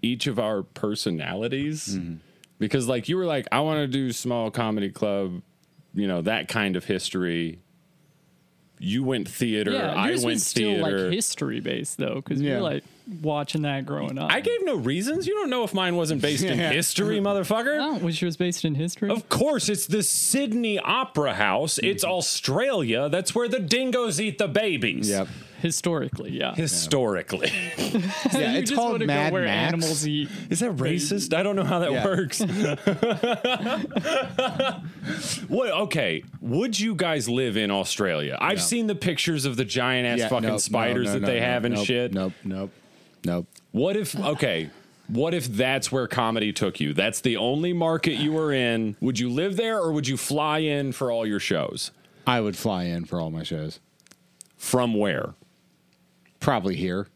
[SPEAKER 1] each of our personalities
[SPEAKER 3] Mm-hmm.
[SPEAKER 1] because like you were like i want to do small comedy club you know that kind of history you went theater
[SPEAKER 2] yeah,
[SPEAKER 1] i
[SPEAKER 2] yours
[SPEAKER 1] went
[SPEAKER 2] was still
[SPEAKER 1] theater
[SPEAKER 2] like history based though, because
[SPEAKER 3] Yeah.
[SPEAKER 2] we're like watching that growing up.
[SPEAKER 1] i gave no reasons you don't know if mine wasn't based in
[SPEAKER 3] [LAUGHS] Yeah.
[SPEAKER 1] history motherfucker
[SPEAKER 2] oh, which was based in history.
[SPEAKER 1] Of course, it's the Sydney Opera House. It's
[SPEAKER 3] Mm-hmm.
[SPEAKER 1] Australia. That's where the dingoes eat the babies. [LAUGHS]
[SPEAKER 3] yep.
[SPEAKER 2] Historically, yeah. [LAUGHS]
[SPEAKER 1] Historically.
[SPEAKER 3] Yeah, it's
[SPEAKER 2] just wanna
[SPEAKER 3] called
[SPEAKER 2] go
[SPEAKER 3] Mad
[SPEAKER 2] where
[SPEAKER 3] Max.
[SPEAKER 2] animals
[SPEAKER 1] [LAUGHS]
[SPEAKER 2] eat.
[SPEAKER 1] Is that racist? I don't know how that
[SPEAKER 3] Yeah.
[SPEAKER 1] works.
[SPEAKER 3] [LAUGHS]
[SPEAKER 1] what? Okay. Would you guys live in Australia? I've
[SPEAKER 3] No.
[SPEAKER 1] seen the pictures of the giant ass
[SPEAKER 3] Yeah,
[SPEAKER 1] fucking
[SPEAKER 3] nope, no,
[SPEAKER 1] spiders
[SPEAKER 3] no,
[SPEAKER 1] that
[SPEAKER 3] no,
[SPEAKER 1] they
[SPEAKER 3] no,
[SPEAKER 1] have and
[SPEAKER 3] nope,
[SPEAKER 1] shit.
[SPEAKER 3] Nope, nope, nope.
[SPEAKER 1] What if? Okay. What if that's where comedy took you? That's the only market you were in. Would you live there or would you fly in for all your shows?
[SPEAKER 3] I would fly in for all my shows.
[SPEAKER 1] From where?
[SPEAKER 3] Probably here.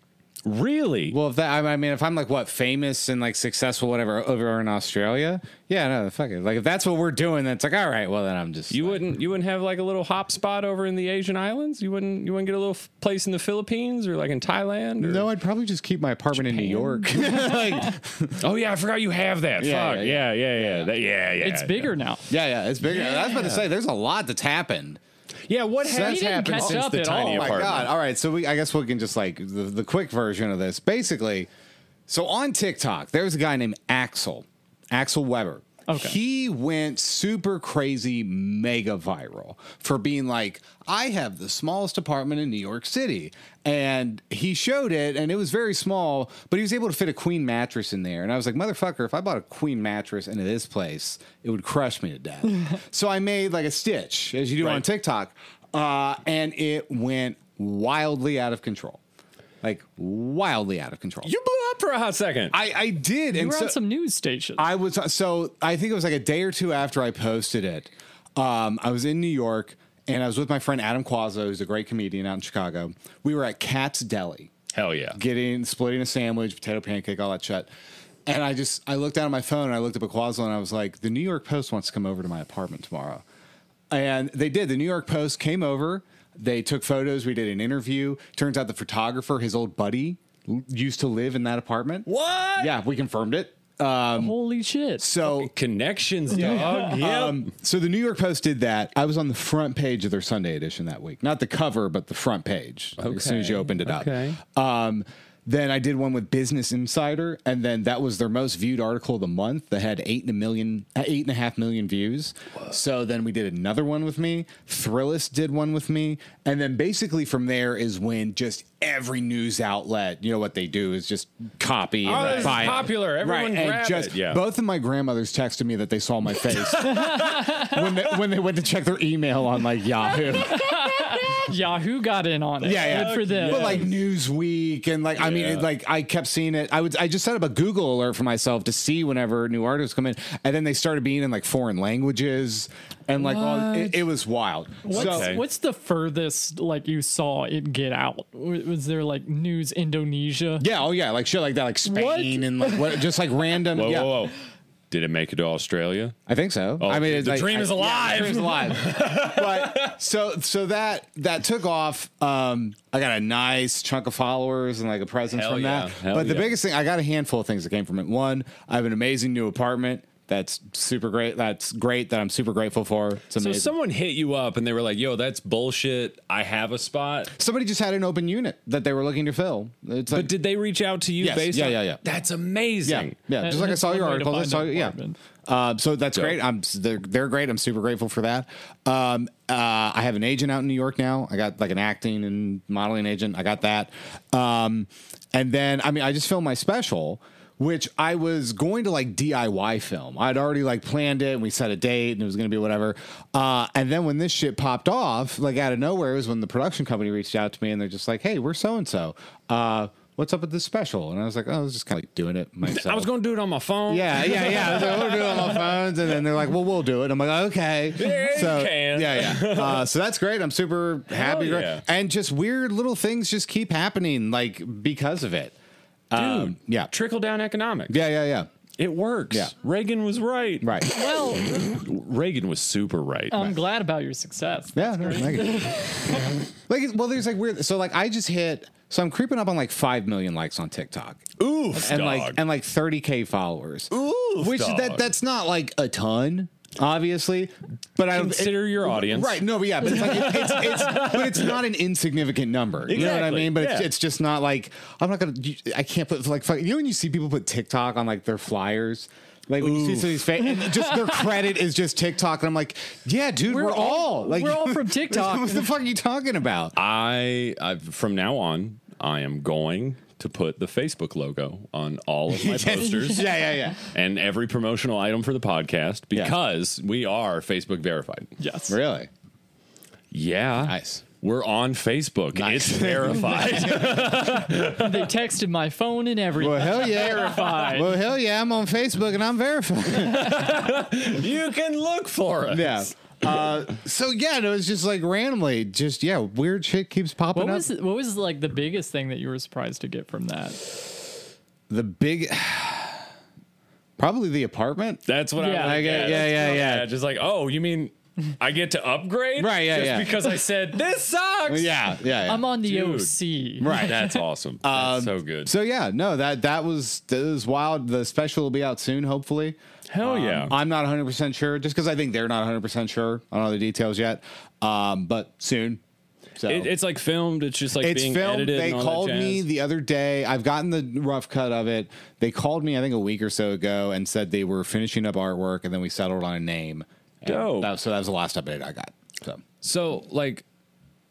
[SPEAKER 1] Really?
[SPEAKER 3] Well, if that, I mean, if I'm like what famous and like successful, whatever, over in Australia, yeah, no, fuck it. Like if that's what we're doing, that's like, all right, well then I'm just
[SPEAKER 1] you
[SPEAKER 3] like,
[SPEAKER 1] wouldn't you wouldn't have like a little hop spot over in the Asian islands? You wouldn't you wouldn't get a little f- place in the Philippines or like in Thailand? Or?
[SPEAKER 3] No, I'd probably just keep my apartment in New York. [LAUGHS] like,
[SPEAKER 1] Oh yeah, I forgot you have that.
[SPEAKER 3] Yeah,
[SPEAKER 1] Fuck. Yeah,
[SPEAKER 3] yeah,
[SPEAKER 1] yeah, yeah. Yeah, That- yeah, yeah.
[SPEAKER 2] It's bigger now.
[SPEAKER 3] yeah, yeah, it's bigger. I was about to say, there's a lot that's happened.
[SPEAKER 1] Yeah, what
[SPEAKER 3] Since
[SPEAKER 1] has
[SPEAKER 3] didn't
[SPEAKER 1] happened
[SPEAKER 2] catch
[SPEAKER 1] since
[SPEAKER 2] up
[SPEAKER 1] the
[SPEAKER 2] at
[SPEAKER 1] tiny
[SPEAKER 2] all.
[SPEAKER 3] Oh my
[SPEAKER 1] apartment?
[SPEAKER 3] god! All right, so we I guess we can just like the, the quick version of this. Basically, so on TikTok, there was a guy named Axel, Axel Weber.
[SPEAKER 2] Okay.
[SPEAKER 3] He went super crazy, mega viral for being like, I have the smallest apartment in New York City. And he showed it, and it was very small, but he was able to fit a queen mattress in there. And I was like, motherfucker, if I bought a queen mattress into this place, it would crush me to death.
[SPEAKER 1] [LAUGHS]
[SPEAKER 3] so I made like a stitch, as you do on
[SPEAKER 1] Right.
[SPEAKER 3] TikTok, uh, and it went wildly out of control. Like, wildly out of control.
[SPEAKER 1] You blew up for a hot second.
[SPEAKER 3] I, I did.
[SPEAKER 2] We
[SPEAKER 3] and
[SPEAKER 2] were
[SPEAKER 3] so-
[SPEAKER 2] on some news stations.
[SPEAKER 3] I was so I think it was like a day or two after I posted it. Um, I was in New York and I was with my friend Adam Quazzo, who's a great comedian out in Chicago. We were at Cat's Deli
[SPEAKER 1] Hell yeah.
[SPEAKER 3] getting splitting a sandwich, potato pancake, all that shit. And I just I looked down at my phone and I looked up at Quazzo and I was like, the New York Post wants to come over to my apartment tomorrow. And they did. The New York Post came over. They took photos. We did an interview. Turns out the photographer, his old buddy, l- used to live in that apartment.
[SPEAKER 1] what?
[SPEAKER 3] Yeah, we confirmed it.
[SPEAKER 2] Holy shit.
[SPEAKER 3] So
[SPEAKER 1] Connections, dog.
[SPEAKER 3] [LAUGHS]
[SPEAKER 1] Yeah.
[SPEAKER 3] Um, so the New York Post did that. I was on the front page of their Sunday edition that week, not the cover, but the front page. As soon as you
[SPEAKER 1] Okay.
[SPEAKER 3] opened it
[SPEAKER 1] Okay.
[SPEAKER 3] up. Um, then I did one with Business Insider, and then that was their most viewed article of the month. That had eight and a million, uh, eight and a half million views. So then we did another one with me. Thrillist did one with me, and then basically from there is when just every news outlet, you know what they do is just copy
[SPEAKER 1] Oh,
[SPEAKER 3] and
[SPEAKER 1] this is
[SPEAKER 3] buy it.
[SPEAKER 1] popular. Everyone grab it. Yeah.
[SPEAKER 3] both of my grandmothers texted me that they saw
[SPEAKER 2] [LAUGHS]
[SPEAKER 3] my face when they, when they went to check their email on like
[SPEAKER 2] [LAUGHS]
[SPEAKER 3] Yahoo.
[SPEAKER 2] Yahoo got in on it.
[SPEAKER 3] Yeah, yeah.
[SPEAKER 2] Good for them.
[SPEAKER 3] But like Newsweek and like I mean,
[SPEAKER 1] Yeah.
[SPEAKER 3] it, like I kept seeing it. I would I just set up a Google alert for myself to see whenever new articles come in, and then they started being in like foreign languages and like all, it, it was wild.
[SPEAKER 2] What's,
[SPEAKER 3] So
[SPEAKER 1] Okay.
[SPEAKER 2] what's the furthest like you saw it get out? W- Was there like news Indonesia?
[SPEAKER 3] yeah, oh yeah, like shit like that, like Spain and like what, just like random.
[SPEAKER 1] whoa,
[SPEAKER 3] yeah.
[SPEAKER 1] whoa, whoa. Did it make it to Australia?
[SPEAKER 3] I think so.
[SPEAKER 1] Oh,
[SPEAKER 3] I mean, it's
[SPEAKER 1] the
[SPEAKER 3] like-
[SPEAKER 1] dream
[SPEAKER 3] I-
[SPEAKER 1] is
[SPEAKER 3] yeah, the
[SPEAKER 1] alive.
[SPEAKER 3] dream
[SPEAKER 1] [LAUGHS]
[SPEAKER 3] is alive. but so so that that took off. Um, I got a nice chunk of followers and like a presence
[SPEAKER 1] Hell
[SPEAKER 3] from
[SPEAKER 1] yeah.
[SPEAKER 3] that.
[SPEAKER 1] Hell
[SPEAKER 3] but the
[SPEAKER 1] yeah.
[SPEAKER 3] biggest thing, I got a handful of things that came from it. One, I have an amazing new apartment. That's super great. That's great. That I'm super grateful for. It's
[SPEAKER 1] So
[SPEAKER 3] amazing.
[SPEAKER 1] someone hit you up and they were like, "Yo, that's bullshit. I have a spot."
[SPEAKER 3] Somebody just had an open unit that they were looking to fill. It's like,
[SPEAKER 1] But did they reach out to you
[SPEAKER 3] Yes.
[SPEAKER 1] based
[SPEAKER 3] Yeah,
[SPEAKER 1] on
[SPEAKER 3] yeah, yeah.
[SPEAKER 1] That's
[SPEAKER 3] yeah,
[SPEAKER 1] amazing.
[SPEAKER 3] yeah.
[SPEAKER 2] That-
[SPEAKER 3] Just like I
[SPEAKER 2] that's
[SPEAKER 3] saw your
[SPEAKER 2] one way to
[SPEAKER 3] article. I
[SPEAKER 2] find
[SPEAKER 3] saw
[SPEAKER 2] an
[SPEAKER 3] you, yeah.
[SPEAKER 2] apartment.
[SPEAKER 3] Uh, so that's
[SPEAKER 1] Dope.
[SPEAKER 3] great. I'm they're, they're great. I'm super grateful for that. Um, uh, I have an agent out in New York now. I got like an acting and modeling agent. I got that. Um, and then I mean, I just filmed my special, which I was going to like DIY film. I'd already like planned it and we set a date and it was going to be whatever. Uh, and then when this shit popped off, like out of nowhere, it was when the production company reached out to me and they're just like, "Hey, we're so and so. What's up with this special?" And I was like, "Oh, I was just kind of like doing it myself."
[SPEAKER 1] I was going to do it on my phone.
[SPEAKER 3] Yeah, yeah,
[SPEAKER 1] [LAUGHS]
[SPEAKER 3] yeah. I was like, we'll do it on my phones, and then they're like, "Well, we'll do it." I'm like, "Okay."
[SPEAKER 1] you
[SPEAKER 3] so
[SPEAKER 1] can.
[SPEAKER 3] yeah, yeah. Uh, so that's great. I'm super happy,
[SPEAKER 1] Hell yeah.
[SPEAKER 3] and just weird little things just keep happening, like because of it. Um,
[SPEAKER 1] dude.
[SPEAKER 3] yeah.
[SPEAKER 1] Uh, trickle down economics.
[SPEAKER 3] Yeah, yeah, yeah.
[SPEAKER 1] it works.
[SPEAKER 3] Yeah.
[SPEAKER 1] Reagan was right. [LAUGHS]
[SPEAKER 3] Right.
[SPEAKER 2] Well,
[SPEAKER 1] Reagan was super right.
[SPEAKER 2] I'm glad about your success.
[SPEAKER 3] Yeah. No, like, like, well, there's like weird. So like, I just hit. So I'm creeping up on like five million likes on TikTok.
[SPEAKER 1] Oof,
[SPEAKER 3] and
[SPEAKER 1] dog.
[SPEAKER 3] like and like 30k followers.
[SPEAKER 1] Oof,
[SPEAKER 3] which
[SPEAKER 1] dog.
[SPEAKER 3] that that's not like a ton, obviously. But I
[SPEAKER 1] Consider your audience.
[SPEAKER 3] right? No, but yeah, but it's like it, it's, it's but it's not an insignificant number. You know what I
[SPEAKER 1] Exactly,
[SPEAKER 3] mean? But it's,
[SPEAKER 1] yeah.
[SPEAKER 3] it's just not like I'm not gonna. you- I can't put like fuck, you know when you see people put TikTok on like their flyers. Like when you see somebody's face, and just their credit is just TikTok, and I'm like, yeah, dude, we're,
[SPEAKER 2] We're
[SPEAKER 3] all,
[SPEAKER 2] all-
[SPEAKER 3] like,
[SPEAKER 2] we're all from TikTok.
[SPEAKER 3] [LAUGHS] what the fuck are you talking about?
[SPEAKER 1] I I've, from now on, I am going to put the Facebook logo on all of my posters
[SPEAKER 3] [LAUGHS] [LAUGHS] Yeah, yeah, yeah.
[SPEAKER 1] and every promotional item for the podcast
[SPEAKER 3] Yeah.
[SPEAKER 1] because we are Facebook verified.
[SPEAKER 2] Yes.
[SPEAKER 3] Really?
[SPEAKER 1] Yeah.
[SPEAKER 3] Nice.
[SPEAKER 1] We're on Facebook.
[SPEAKER 3] Nice. [LAUGHS]
[SPEAKER 1] It's verified.
[SPEAKER 2] They texted my phone and everything.
[SPEAKER 3] Well, hell yeah.
[SPEAKER 2] Verified.
[SPEAKER 3] Well, hell yeah, I'm on Facebook and I'm verified.
[SPEAKER 1] you can look for us.
[SPEAKER 3] Yeah. Uh, so yeah, and it was just like randomly, just yeah, weird shit keeps popping
[SPEAKER 2] What
[SPEAKER 3] up.
[SPEAKER 2] was what was like the biggest thing that you were surprised to get from that?
[SPEAKER 3] the big, probably the apartment.
[SPEAKER 1] That's what
[SPEAKER 2] Yeah,
[SPEAKER 1] I
[SPEAKER 2] I
[SPEAKER 1] like.
[SPEAKER 3] get- yeah, yeah, yeah.
[SPEAKER 1] Just like, oh, you mean I get to upgrade?
[SPEAKER 3] Right, yeah,
[SPEAKER 1] Just
[SPEAKER 3] yeah.
[SPEAKER 1] because I said this sucks.
[SPEAKER 3] [LAUGHS] Yeah, yeah. yeah.
[SPEAKER 2] I'm on the
[SPEAKER 1] Dude.
[SPEAKER 2] OC.
[SPEAKER 1] Right. That's awesome. That's so good.
[SPEAKER 3] Um, so yeah, no, that that was that was wild. The special will be out soon, hopefully.
[SPEAKER 1] Hell
[SPEAKER 3] Um,
[SPEAKER 1] yeah.
[SPEAKER 3] I'm not 100 percent sure, just because I think they're not 100 percent sure on all the details yet. Um, but soon. So
[SPEAKER 1] It- it's like filmed. It's just like
[SPEAKER 3] it's
[SPEAKER 1] being
[SPEAKER 3] filmed.
[SPEAKER 1] edited.
[SPEAKER 3] They
[SPEAKER 1] and all that
[SPEAKER 3] called me
[SPEAKER 1] jazz.
[SPEAKER 3] the other day. I've gotten the rough cut of it. They called me, I think, a week or so ago and said they were finishing up artwork and then we settled on a name. And
[SPEAKER 1] Dope.
[SPEAKER 3] that- so that was the last update I got. So
[SPEAKER 1] So, like,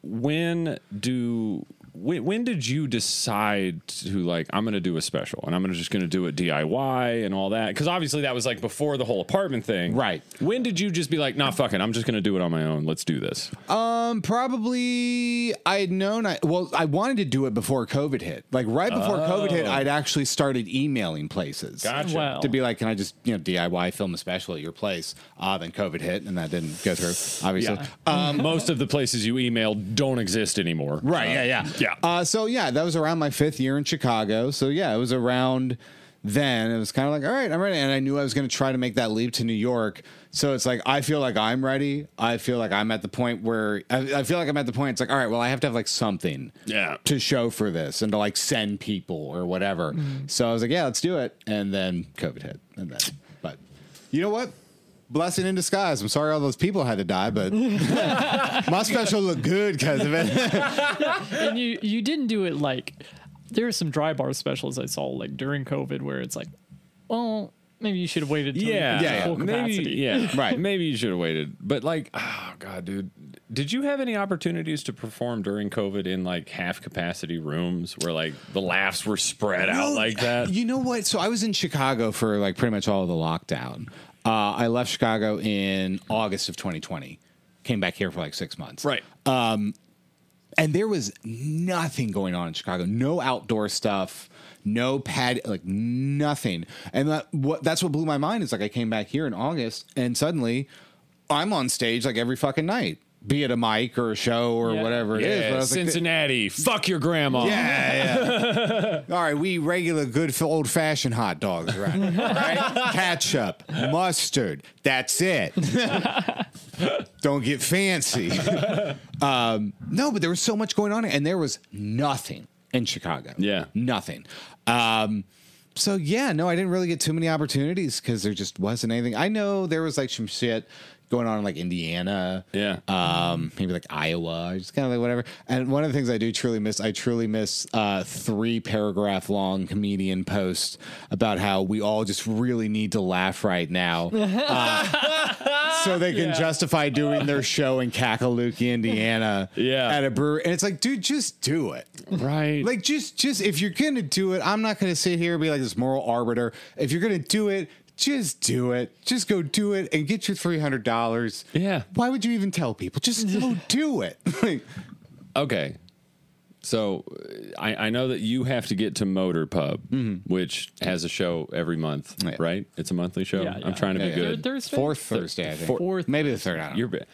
[SPEAKER 1] when do when, when did you decide to like I'm going to do a special and I'm gonna, just going to do it DIY and all that? Because obviously that was like before the whole apartment thing,
[SPEAKER 3] Right.
[SPEAKER 1] When did you just be like, nah, fuck it, I'm just going to do it on my own. Let's do this.
[SPEAKER 3] um, probably I had known I well, I wanted to do it before COVID hit. Like right before COVID hit, I'd actually started emailing places.
[SPEAKER 1] Gotcha.
[SPEAKER 2] Wow.
[SPEAKER 3] to be like, can I just you know DIY film a special at your place? Uh, then COVID hit, and that didn't go through. Obviously,
[SPEAKER 1] Yeah. Most of the places you emailed don't exist anymore.
[SPEAKER 3] Right. Yeah. Yeah.
[SPEAKER 1] yeah.
[SPEAKER 3] Uh, so yeah, that was around my fifth year in Chicago. So yeah, it was around then. It was kind of like, all right, I'm ready, and I knew I was going to try to make that leap to New York. So it's like I feel like I'm ready. I feel like I'm at the point where I, I feel like I'm at the point. It's like, all right, well, I have to have like something
[SPEAKER 1] Yeah.
[SPEAKER 3] to show for this and to like send people or whatever.
[SPEAKER 1] Mm-hmm.
[SPEAKER 3] So I was like, yeah, let's do it. And then COVID hit, and then but you know what? Blessing in disguise. I'm sorry all those people had to
[SPEAKER 1] [LAUGHS]
[SPEAKER 3] die, but [LAUGHS] my special looked good because of it.
[SPEAKER 2] And you you didn't do it like there are some dry bar specials I saw like during COVID where it's like, well, maybe you should have waited. Till
[SPEAKER 1] Yeah,
[SPEAKER 2] you
[SPEAKER 3] Yeah,
[SPEAKER 2] yeah, full
[SPEAKER 3] yeah.
[SPEAKER 2] capacity.
[SPEAKER 1] Maybe, yeah,
[SPEAKER 3] Right.
[SPEAKER 1] Maybe you should have waited. But like, oh god, dude, did you have any opportunities to perform during COVID in like half capacity rooms where like the laughs were spread out
[SPEAKER 3] No,
[SPEAKER 1] like that?
[SPEAKER 3] You know what? So I was in Chicago for like pretty much all of the lockdown. Uh, I left Chicago in August of 2020. Came back here for like six months.
[SPEAKER 1] right.
[SPEAKER 3] And there was nothing going on in Chicago. No outdoor stuff. No pad, like nothing. And that, what that's what blew my mind is like I came back here in August and suddenly I'm on stage like every fucking night be at a mic or a show or
[SPEAKER 2] Yeah.
[SPEAKER 3] whatever it is. But I
[SPEAKER 1] Yeah,
[SPEAKER 3] was like,
[SPEAKER 1] Cincinnati. fuck your grandma.
[SPEAKER 3] Yeah, yeah. All right, we regular good old fashioned hot dogs, right? right? Ketchup, mustard. That's it. Don't get fancy. um, no, but there was so much going on, and there was nothing in Chicago.
[SPEAKER 1] Yeah.
[SPEAKER 3] nothing. Um, so yeah, no, I didn't really get too many opportunities because there just wasn't anything. I know there was like some shit going on in like Indiana
[SPEAKER 1] Yeah. Uh,
[SPEAKER 3] um, maybe like Iowa, just kind of like whatever. And one of the things I do truly miss, I truly miss uh, three paragraph long comedian posts about how we all just really need to laugh right now, uh, so they can justify doing their show in Kakalookie, Indiana,
[SPEAKER 1] Yeah.
[SPEAKER 3] at a brewery. And it's like, dude, just do it.
[SPEAKER 1] Right.
[SPEAKER 3] Like just just if you're gonna do it, I'm not gonna sit here and be like this moral arbiter. If you're gonna do it, just do it. Just go do it and get your three hundred dollars.
[SPEAKER 1] Yeah.
[SPEAKER 3] [LAUGHS] Why would you even tell people? Just [LAUGHS] go do it. Like,
[SPEAKER 1] okay. So uh, I, I know that you have to get to Motor Pub, which has a show every month,
[SPEAKER 3] Yeah.
[SPEAKER 1] right? It's a monthly show.
[SPEAKER 2] Yeah,
[SPEAKER 1] I'm
[SPEAKER 2] yeah.
[SPEAKER 1] trying to be
[SPEAKER 2] Yeah,
[SPEAKER 1] good.
[SPEAKER 2] Third Thursday?
[SPEAKER 3] Fourth Thursday, I think.
[SPEAKER 2] Fourth.
[SPEAKER 3] Maybe the third. I don't know.
[SPEAKER 1] You're ba-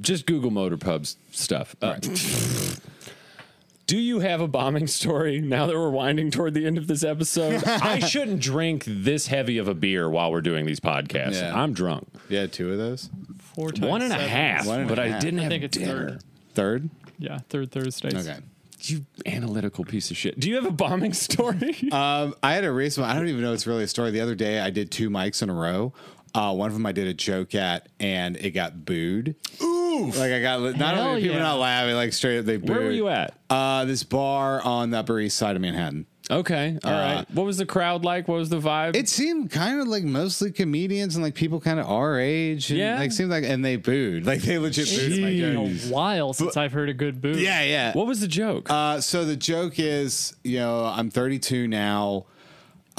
[SPEAKER 1] just Google motor pubs stuff. Uh, [LAUGHS] Do you have a bombing story now that we're winding toward the end of this
[SPEAKER 3] [LAUGHS]
[SPEAKER 1] episode? I shouldn't drink this heavy of a beer while we're doing these podcasts.
[SPEAKER 3] Yeah.
[SPEAKER 1] I'm drunk.
[SPEAKER 3] yeah, two of those.
[SPEAKER 2] Four times
[SPEAKER 1] One and a
[SPEAKER 2] seven.
[SPEAKER 1] half,
[SPEAKER 3] One and a
[SPEAKER 1] but I
[SPEAKER 3] half.
[SPEAKER 1] didn't
[SPEAKER 2] I
[SPEAKER 1] have
[SPEAKER 2] think it's
[SPEAKER 1] dinner.
[SPEAKER 2] third.
[SPEAKER 3] Third.
[SPEAKER 2] Yeah, third Thursdays.
[SPEAKER 3] Okay.
[SPEAKER 1] You analytical piece of shit. Do you have a bombing story?
[SPEAKER 3] Um, I had a recent one. I don't even know it's really a story. The other day, I did two mics in a row. Uh, one of them I did a joke at, and it got booed. Ooh! Like I got not
[SPEAKER 2] Hell
[SPEAKER 3] only people
[SPEAKER 2] yeah.
[SPEAKER 3] not laughing, like straight up they booed.
[SPEAKER 1] Where were you at?
[SPEAKER 3] Uh, this bar on the Upper East Side of Manhattan.
[SPEAKER 1] okay, all right. What was the crowd like? What was the vibe?
[SPEAKER 3] uh, It seemed kind of like mostly comedians and like people kind of our age. And
[SPEAKER 1] Yeah.
[SPEAKER 3] Like seemed like, and they booed. Like they legit booed my
[SPEAKER 2] Been
[SPEAKER 3] joke.
[SPEAKER 2] a while since I've heard a good boo.
[SPEAKER 3] Yeah, yeah.
[SPEAKER 1] what was the joke?
[SPEAKER 3] Uh, so the joke is, you know, I'm 32 now.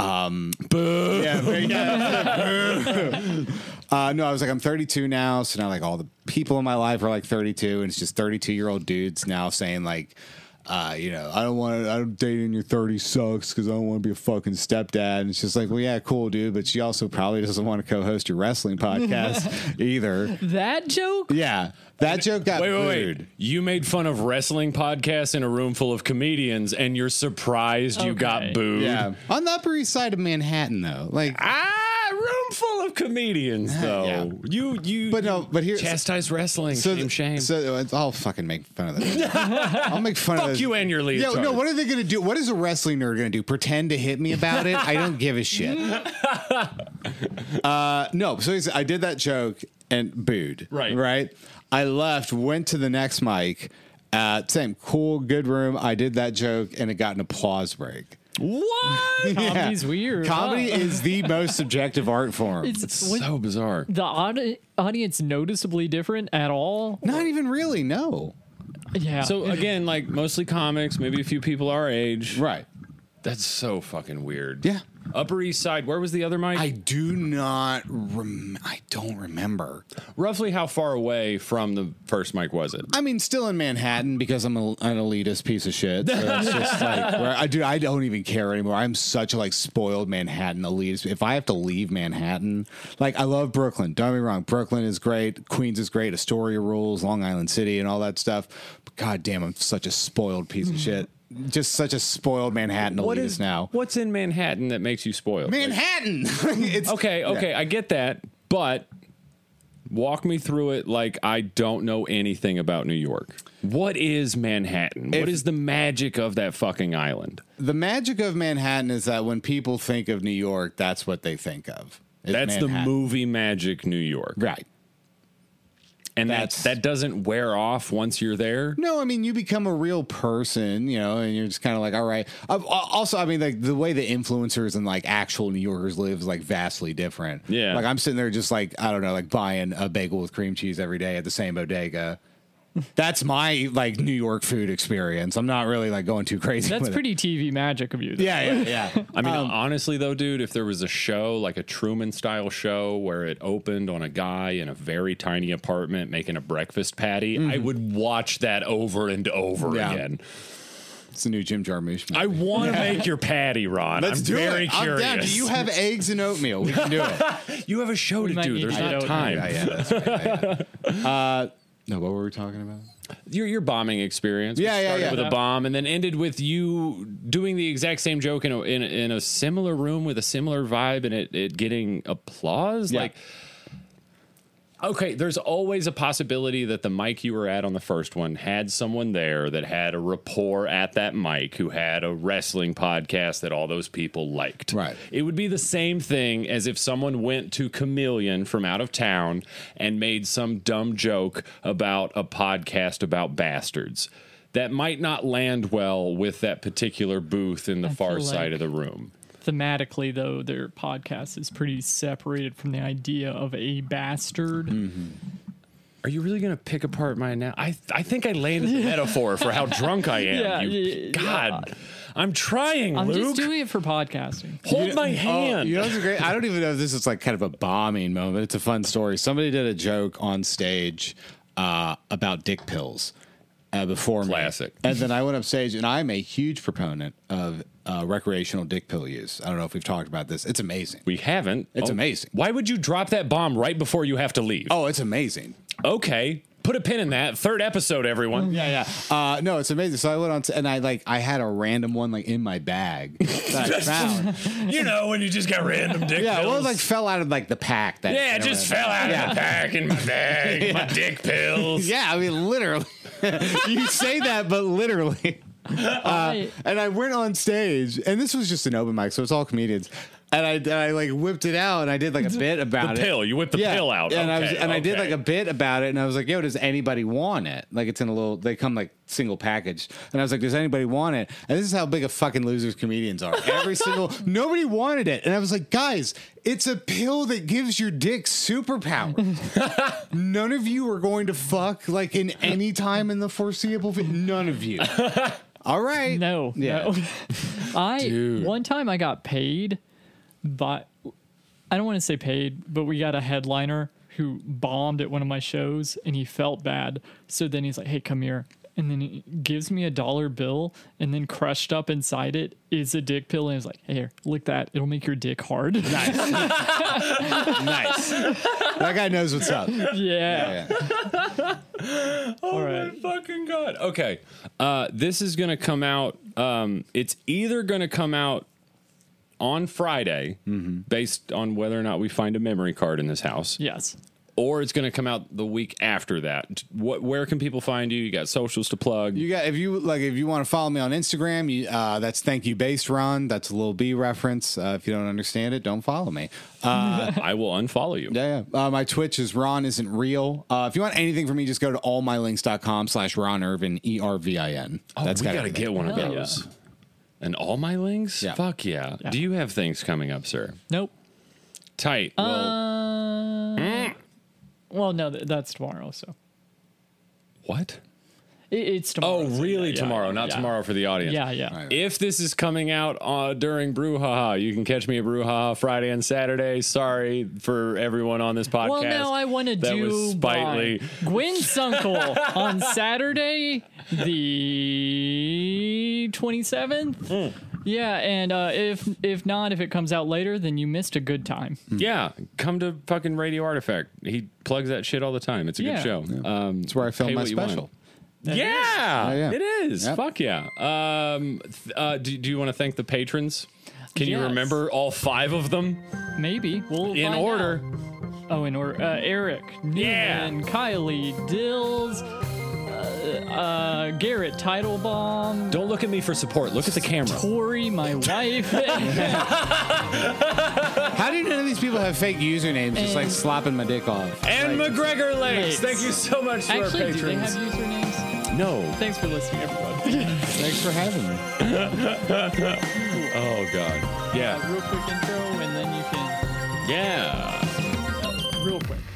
[SPEAKER 3] Um, yeah, very-
[SPEAKER 1] [LAUGHS]
[SPEAKER 3] yeah, boo. uh, no, I was like, I'm 32 now. So now, like, all the people in my life are like 32, and it's just 32 year old dudes now saying, like, uh, you know, I don't want to, I'm dating your 30 sucks because I don't want to be a fucking stepdad. And it's just like, well, yeah, cool, dude. But she also probably doesn't want to co host your
[SPEAKER 1] [LAUGHS]
[SPEAKER 3] wrestling podcast either.
[SPEAKER 2] That joke?
[SPEAKER 3] Yeah. That joke got
[SPEAKER 1] Wait, wait,
[SPEAKER 3] booed.
[SPEAKER 1] wait. You made fun of wrestling podcasts in a room full of comedians and you're surprised you got
[SPEAKER 2] Okay.
[SPEAKER 1] booed.
[SPEAKER 3] Yeah. On the Upper East Side of Manhattan, though. Like,
[SPEAKER 1] Ah, room full of comedians though.
[SPEAKER 3] Yeah.
[SPEAKER 1] You you
[SPEAKER 3] But no, but here-
[SPEAKER 1] chastise wrestling. shame,
[SPEAKER 3] th-
[SPEAKER 1] shame.
[SPEAKER 3] So uh, it's- I'll fucking make fun of
[SPEAKER 1] [LAUGHS]
[SPEAKER 3] that. I'll make fun
[SPEAKER 1] Fuck
[SPEAKER 3] of those-
[SPEAKER 1] you and your
[SPEAKER 3] Yeah,
[SPEAKER 1] leotard.
[SPEAKER 3] no. What are they gonna do? What is a wrestling nerd gonna do? Pretend to hit me about it? I don't give
[SPEAKER 1] [LAUGHS]
[SPEAKER 3] a shit. uh, no. So he's, I did that joke and booed.
[SPEAKER 1] Right.
[SPEAKER 3] Right. I left. Went to the next mic. Uh, same cool, good room. I did that joke and it got an applause break.
[SPEAKER 1] what?
[SPEAKER 3] [LAUGHS]
[SPEAKER 2] Comedy's weird, huh?
[SPEAKER 3] Comedy is the most subjective art form.
[SPEAKER 2] It's, when
[SPEAKER 1] so bizarre.
[SPEAKER 2] the audi- audience noticeably different at all.
[SPEAKER 3] Not even really. No.
[SPEAKER 2] Yeah.
[SPEAKER 1] So again, like mostly comics, maybe a few people our age.
[SPEAKER 3] Right.
[SPEAKER 1] That's so fucking weird.
[SPEAKER 3] Yeah.
[SPEAKER 1] Upper East Side. Where was the other mic?
[SPEAKER 3] I do not. Rem- I don't remember.
[SPEAKER 1] Roughly how far away from the first mic was it?
[SPEAKER 3] I mean, still in Manhattan because I'm a, an elitist piece of shit. So
[SPEAKER 1] [LAUGHS]
[SPEAKER 3] it's just like, where- I dude, I don't even care anymore. I'm such a like spoiled Manhattan elitist. If I have to leave Manhattan, like I love Brooklyn. Don't get me wrong, Brooklyn is great, Queens is great, Astoria rules, Long Island City, and all that stuff. But goddamn, I'm such a spoiled piece of shit. Just such a spoiled Manhattan elitist now.
[SPEAKER 1] What's in Manhattan that makes you spoiled? Like,
[SPEAKER 3] Manhattan. [LAUGHS]
[SPEAKER 1] [LAUGHS]
[SPEAKER 3] it's
[SPEAKER 1] Okay,
[SPEAKER 3] Yeah.
[SPEAKER 1] okay, I get that, but walk me through it like I don't know anything about New York. What is Manhattan?
[SPEAKER 3] If-
[SPEAKER 1] what is the magic of that fucking island?
[SPEAKER 3] The magic of Manhattan is that when people think of New York, that's what they think of. is
[SPEAKER 1] That's the
[SPEAKER 3] Manhattan.
[SPEAKER 1] movie magic New York.
[SPEAKER 3] Right.
[SPEAKER 1] And that
[SPEAKER 3] That's-
[SPEAKER 1] that doesn't wear off once you're there.
[SPEAKER 3] No, I mean you become a real person, you know, and you're just kind of like, all right. Uh, Also, I mean, like the way the influencers and like actual New Yorkers live is like vastly different.
[SPEAKER 1] Yeah.
[SPEAKER 3] like I'm sitting there just like I don't know, like buying a bagel with cream cheese every day at the
[SPEAKER 1] [LAUGHS]
[SPEAKER 3] same bodega. That's my like New York food experience. I'm not really like going too crazy.
[SPEAKER 2] that's
[SPEAKER 3] with it.
[SPEAKER 2] pretty TV magic of you. though.
[SPEAKER 3] Yeah, yeah, yeah.
[SPEAKER 1] I mean, honestly though, dude, if there was a show like a Truman style show where it opened on a guy in a very tiny apartment making a breakfast patty, I would watch that over and over
[SPEAKER 3] Mm-hmm. Yeah.
[SPEAKER 1] again.
[SPEAKER 3] it's the new
[SPEAKER 1] [LAUGHS]
[SPEAKER 3] Jim Jarmusch.
[SPEAKER 1] I want to make your patty, Ron. I'm very curious.
[SPEAKER 3] I'm down. Do you [LAUGHS] have eggs and oatmeal? We can do it. [LAUGHS]
[SPEAKER 1] You have a show to
[SPEAKER 2] might
[SPEAKER 1] do.
[SPEAKER 2] need
[SPEAKER 1] There's
[SPEAKER 2] to
[SPEAKER 1] not
[SPEAKER 2] get out
[SPEAKER 1] time.
[SPEAKER 3] Yeah, yeah, that's right. Yeah, yeah. [LAUGHS] Uh, No, what were we talking about?
[SPEAKER 1] Your your bombing experience. which
[SPEAKER 3] Yeah, yeah,
[SPEAKER 1] started
[SPEAKER 3] yeah.
[SPEAKER 1] With a bomb, and then ended with you doing the exact same joke in a, in a, in a similar room with a similar vibe, and it it getting applause.
[SPEAKER 3] Yeah.
[SPEAKER 1] Like, okay, there's always a possibility that the mic you were at on the first one had someone there that had a rapport at that mic, who had a wrestling podcast that all those people liked.
[SPEAKER 3] Right.
[SPEAKER 1] It would be the same thing as if someone went to Chameleon from out of town and made some dumb joke about a podcast about bastards. That might not land well with that particular booth in the
[SPEAKER 2] I
[SPEAKER 1] far
[SPEAKER 2] feel
[SPEAKER 1] side
[SPEAKER 2] like-
[SPEAKER 1] of the room.
[SPEAKER 2] Thematically, though, their podcast is pretty separated from the idea of a bastard.
[SPEAKER 3] Hmm.
[SPEAKER 1] Are you really going to pick apart my now? I I think I landed the metaphor for how drunk I am.
[SPEAKER 2] Yeah,
[SPEAKER 1] you,
[SPEAKER 2] yeah,
[SPEAKER 1] God, I'm trying,
[SPEAKER 2] I'm
[SPEAKER 1] Luke.
[SPEAKER 2] just doing it for podcasting.
[SPEAKER 1] Hold my hand.
[SPEAKER 3] Oh, you know what's great? I don't even know if this is like kind of a bombing moment. It's a fun story. Somebody did a joke on stage uh, about dick pills uh, before me.
[SPEAKER 1] Classic.
[SPEAKER 3] And then I went up stage, and I'm a huge proponent of uh, recreational dick pill use. I don't know if we've talked about this. It's amazing.
[SPEAKER 1] we haven't. Oh,
[SPEAKER 3] It's amazing.
[SPEAKER 1] Why would you drop that bomb right before you have to leave?
[SPEAKER 3] Oh, it's amazing.
[SPEAKER 1] okay. Put a pin in that. Third episode, everyone.
[SPEAKER 2] [LAUGHS]
[SPEAKER 3] Yeah, yeah. Uh, no, it's amazing. So I went on to, and I like I had a random one like in my bag [LAUGHS] that I found.
[SPEAKER 1] You know, when you just got random dick
[SPEAKER 3] Yeah, well, it
[SPEAKER 1] pills.
[SPEAKER 3] like fell out of like the pack. That
[SPEAKER 1] yeah, it just fell out of the pack in my bag. My dick pills.
[SPEAKER 3] Yeah, I mean literally. [LAUGHS] you say that, but literally. Uh,
[SPEAKER 2] I-
[SPEAKER 3] And I went on stage, and this was just an open mic, so it's all comedians. And I, and I like whipped it out, and I did like a bit about
[SPEAKER 1] The
[SPEAKER 3] it.
[SPEAKER 1] pill. You whipped the pill out.
[SPEAKER 3] And I was,
[SPEAKER 1] Okay,
[SPEAKER 3] and I did
[SPEAKER 1] okay.
[SPEAKER 3] like a bit about it, and I was like, "Yo, does anybody want it?" Like it's in a little. They come like single package, and I was like, "Does anybody want it?" And this is how big of fucking losers comedians are.
[SPEAKER 1] [LAUGHS]
[SPEAKER 3] Every single nobody wanted it, and I was like, "Guys, it's a pill that gives your
[SPEAKER 1] [LAUGHS]
[SPEAKER 3] dick superpowers. None of you are going to fuck like in any time in the foreseeable. fu- None of
[SPEAKER 1] [LAUGHS]
[SPEAKER 3] you. All right.
[SPEAKER 2] No,
[SPEAKER 3] Yeah.
[SPEAKER 2] no. I one time I got paid by I don't want to say paid, but we got a headliner who bombed at one of my shows and he felt bad. So then he's like, "Hey, come here." And then he gives me a dollar bill and then crushed up inside it is a dick pill and he's like, "Hey, here, lick that. It'll make your dick
[SPEAKER 1] [LAUGHS]
[SPEAKER 2] hard." [LAUGHS] yeah.
[SPEAKER 3] [LAUGHS] Nice. that guy knows what's up. Yeah.
[SPEAKER 2] All
[SPEAKER 1] Oh
[SPEAKER 2] right.
[SPEAKER 1] fucking god. Okay, uh, this is gonna come out. Um, it's either gonna come out on Friday,
[SPEAKER 2] Mm-hmm.
[SPEAKER 1] based on whether or not we find a memory card in this house,
[SPEAKER 2] Yes.
[SPEAKER 1] or it's gonna come out the week after that. What? Where can people find you? You got socials to plug.
[SPEAKER 3] You got if you like if you want to follow me on Instagram, you, uh, that's thank you based Ron. That's a little B reference. Uh, if you don't understand it, don't follow me. Uh,
[SPEAKER 1] Uh, I will unfollow you.
[SPEAKER 3] Yeah, yeah. Uh, my Twitch is Ron isn't real. Uh, if you want anything from me, just go to allmylinks.com slash Ron Irvin E R V I N.
[SPEAKER 1] Oh, we
[SPEAKER 3] gotta
[SPEAKER 1] gotta
[SPEAKER 3] be-
[SPEAKER 1] get one of
[SPEAKER 2] Hell yeah.
[SPEAKER 1] those. And all my links.
[SPEAKER 3] Yeah.
[SPEAKER 1] Fuck yeah. Do you have things coming up, sir?
[SPEAKER 2] Nope.
[SPEAKER 1] Tight. well, Mm.
[SPEAKER 2] Uh, well, no, th- that's tomorrow. So
[SPEAKER 1] what?
[SPEAKER 2] I- it's tomorrow.
[SPEAKER 1] Oh,
[SPEAKER 2] so
[SPEAKER 1] really?
[SPEAKER 2] yeah, yeah,
[SPEAKER 1] tomorrow, not
[SPEAKER 2] yeah.
[SPEAKER 1] tomorrow for the audience.
[SPEAKER 2] Yeah, yeah.
[SPEAKER 3] All right.
[SPEAKER 1] If this is coming out uh, during Brouhaha, you can catch me at Brouhaha Friday and Saturday. Sorry for everyone on this podcast.
[SPEAKER 2] Well, now I want to
[SPEAKER 1] That
[SPEAKER 2] do
[SPEAKER 1] was spitely.
[SPEAKER 2] mine.
[SPEAKER 1] [LAUGHS]
[SPEAKER 2] Gwen Sunkel on Saturday, the twenty seventh.
[SPEAKER 1] Hmm.
[SPEAKER 2] Yeah, and uh, if if not, if it comes out later, then you missed a good time.
[SPEAKER 1] Yeah, come to fucking Radio Artifact. He plugs that shit all the time. It's a
[SPEAKER 2] Yeah.
[SPEAKER 1] good show. Um,
[SPEAKER 3] That's where I filmed
[SPEAKER 1] pay
[SPEAKER 3] my
[SPEAKER 1] what you want.
[SPEAKER 3] special.
[SPEAKER 1] yeah,
[SPEAKER 3] Yeah, yeah.
[SPEAKER 1] it is.
[SPEAKER 3] Yep.
[SPEAKER 1] Fuck yeah. Um, th- uh, do, do you want to thank the patrons? Can you
[SPEAKER 2] Yes.
[SPEAKER 1] remember all five of them
[SPEAKER 2] Maybe we'll
[SPEAKER 1] in
[SPEAKER 2] find
[SPEAKER 1] order?
[SPEAKER 2] out. Oh, in order. Uh, Eric,
[SPEAKER 1] Yeah.
[SPEAKER 2] Newman, Kylie, Dills, uh, uh, Garrett, Teitelbaum,
[SPEAKER 1] Don't look at me for support. Look at the camera. [LAUGHS]
[SPEAKER 2] Tori, my wife.
[SPEAKER 3] How do none of these people have fake usernames just like
[SPEAKER 2] And-
[SPEAKER 3] slapping my dick off?
[SPEAKER 1] And
[SPEAKER 3] Like,
[SPEAKER 1] McGregor Lakes.
[SPEAKER 2] Lakes.
[SPEAKER 1] Thank you so much to our
[SPEAKER 2] [LAUGHS] Actually,
[SPEAKER 1] patrons.
[SPEAKER 2] do they have usernames?
[SPEAKER 1] no.
[SPEAKER 2] Thanks for listening, everyone.
[SPEAKER 3] thanks for having me.
[SPEAKER 1] Oh god.
[SPEAKER 2] Uh, real quick intro, and then you can
[SPEAKER 1] Yeah.
[SPEAKER 2] real quick.